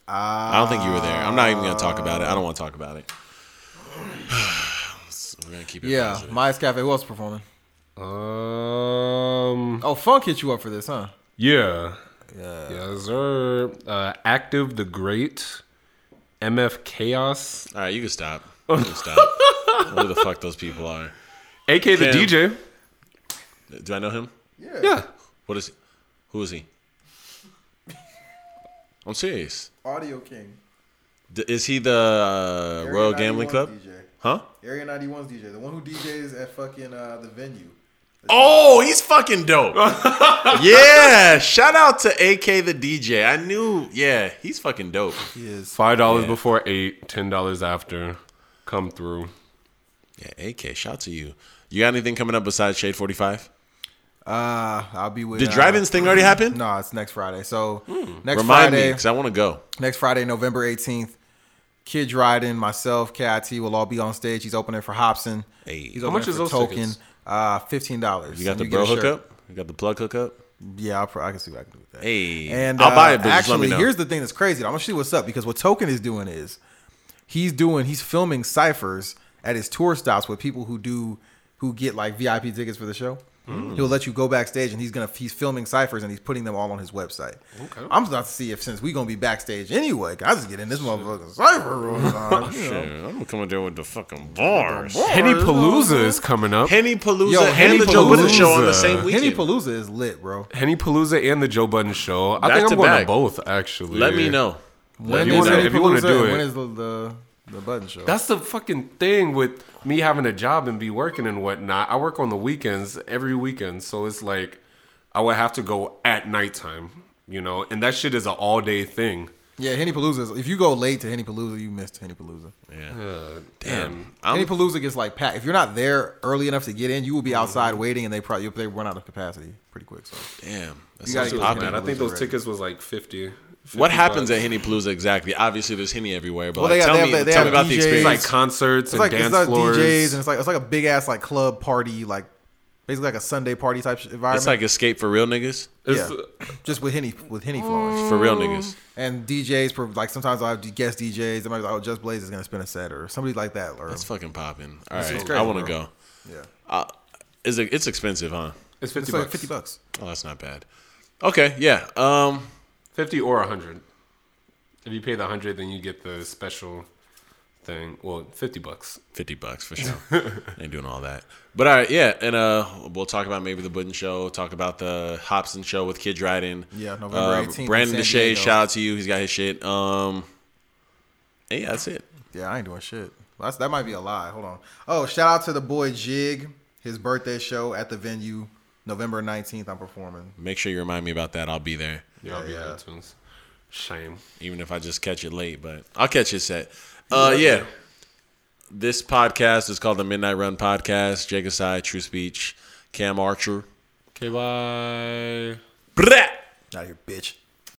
S2: I don't think you were there. I'm not even gonna talk about it. I don't want to talk about it. So we're gonna keep it.
S3: Yeah,
S2: positive.
S3: Maya's Cafe. Who else performing?
S1: um,
S3: Oh, Funk hit you up for this, huh?
S1: Yeah. Yeah. Yes, sir. Uh, Active the Great, MF Chaos,
S2: All right, you can stop. You can stop. Who the fuck those people are?
S1: AK the
S2: Kim.
S1: DJ.
S2: Do I know him?
S1: Yeah.
S2: What is? He? Who is he? I'm serious.
S3: Audio King.
S2: D- is he the uh, Royal Gambling Club? Huh?
S3: Area 91's DJ, the one who DJs at fucking uh, the venue.
S2: Oh, he's fucking dope. yeah, shout out to AK the DJ. I knew. Yeah, he's fucking dope.
S3: He is.
S1: Five dollars before eight, ten dollars after. Come through.
S2: Yeah, AK, shout out to you. You got anything coming up besides Shade Forty Five?
S3: Uh, I'll be with.
S2: Did
S3: uh,
S2: drive-ins thing already happen?
S3: No, it's next Friday. So next
S2: Hmm. Remind me,
S3: Friday,
S2: because I want to go.
S3: next Friday, November eighteenth. Kid Dryden, myself, KIT will all be on stage. He's opening for Hobson.
S2: Hey.
S3: He's
S2: How
S3: opening
S1: much is
S3: for
S1: those
S3: Token.
S1: tickets?
S3: Uh, fifteen dollars.
S2: You got the bro hookup. You got the plug hookup.
S3: Yeah, I'll, pro- I can see what I can do with that.
S2: Hey,
S3: And
S2: I'll
S3: uh,
S2: buy it. But just let me
S3: actually,
S2: know.
S3: here's the thing that's crazy. I'm gonna show you what's up because what Token is doing is he's doing he's filming ciphers at his tour stops with people who do who get like VIP tickets for the show.
S1: Hmm.
S3: He'll let you go backstage and he's gonna he's filming ciphers and he's putting them all on his website.
S1: Okay.
S3: I'm about to see if since we gonna be backstage anyway, I just get in this motherfucking cipher room. dog, you know.
S2: Yeah, I'm gonna come in there with the fucking bars.
S1: Henny Palooza is coming up.
S2: Henny Palooza
S3: Yo,
S2: and
S3: Henny
S2: the Joe Budden show on the
S1: Palooza.
S2: same weekend.
S3: Henny Palooza is lit, bro.
S1: Henny Palooza and the Joe Budden Show. I
S2: Back
S1: think
S2: to
S1: I'm going
S2: back.
S1: to both. Actually,
S2: Let me know. Let
S3: When
S1: you
S2: me
S3: is
S1: wanna-
S2: know.
S3: Henny
S1: if you wanna
S3: Palooza
S1: do
S3: and
S1: it.
S3: When is the the, the button show?
S1: That's the fucking thing with me having a job and be working and whatnot. I work on the weekends every weekend, so it's like I would have to go at nighttime, you know, and that shit is an all day thing.
S3: yeah, Henny Palooza. is- If you go late to Henny Palooza, you missed Henny Palooza.
S1: Uh,
S2: Damn,
S3: Any
S2: I'm,
S3: Palooza gets like packed. If you're not there early enough to get in, you will be
S1: Mm-hmm.
S3: outside waiting, and they probably they run out of capacity pretty quick. So
S2: damn. That
S3: You gotta
S2: sounds
S3: get
S2: poppin'.
S3: Henny
S1: Man, I think
S3: Palooza
S1: those
S3: ready.
S1: tickets was like 50.
S2: What
S1: 50
S2: happens
S1: bucks.
S2: at Henny Palooza exactly? Obviously, there's Henny everywhere, but
S3: Well,
S2: like,
S3: they got-
S2: tell
S3: they have-
S2: me,
S3: they
S2: tell
S3: have
S2: me about the
S3: DJs.
S1: It's
S2: experience.
S1: like concerts
S3: it's
S1: and
S3: like it's
S1: dance
S3: like
S1: floors.
S3: DJs, and it's like it's like a big ass like club party, like basically like a Sunday party type sh- environment.
S2: it's like escape for real niggas,
S1: It's- Mm.
S3: yeah, just with henny with henny flowing
S2: for real niggas.
S3: and DJs. For, like sometimes I have guest DJs. They might be like, oh, Just Blaze is gonna spin a set or somebody like that. Or
S2: It's fucking popping. All right,
S3: shit's
S2: I
S3: crazy,
S2: want to
S3: bro.
S2: go.
S3: yeah,
S2: Uh, is it, it's expensive, huh?
S1: It's 50
S3: it's like
S1: bucks. 50,
S3: fifty bucks.
S2: Oh, that's not bad. Okay, yeah. Um,
S1: or 100. If you pay the 100, then you get the special thing. Well, 50 bucks.
S2: fifty bucks for sure. Ain't doing all that. But all right, yeah, and uh, we'll talk about maybe the Budden show. Talk about the Hobson show with Kid Dryden.
S3: Yeah, November
S2: Uh,
S3: 18th in
S2: Brandon
S3: San
S2: Deshay,
S3: Diego.
S2: shout out to you. He's got his shit. Um, and yeah, that's it.
S3: Yeah, I ain't doing shit. That's, that might be a lie. Hold on. Oh, shout out to the boy Jig, his birthday show at the venue, November nineteenth. I'm performing.
S2: Make sure you remind me about that. I'll be there.
S1: Yeah, I'll be
S3: yeah.
S1: at iTunes. Shame.
S2: even if I just catch it late, but I'll catch it set. Uh, yeah. This podcast is called the Midnight Run Podcast. Jake Asai, True Speech, Cam Archer.
S1: Okay, bye.
S2: Blah!
S3: Out here, bitch.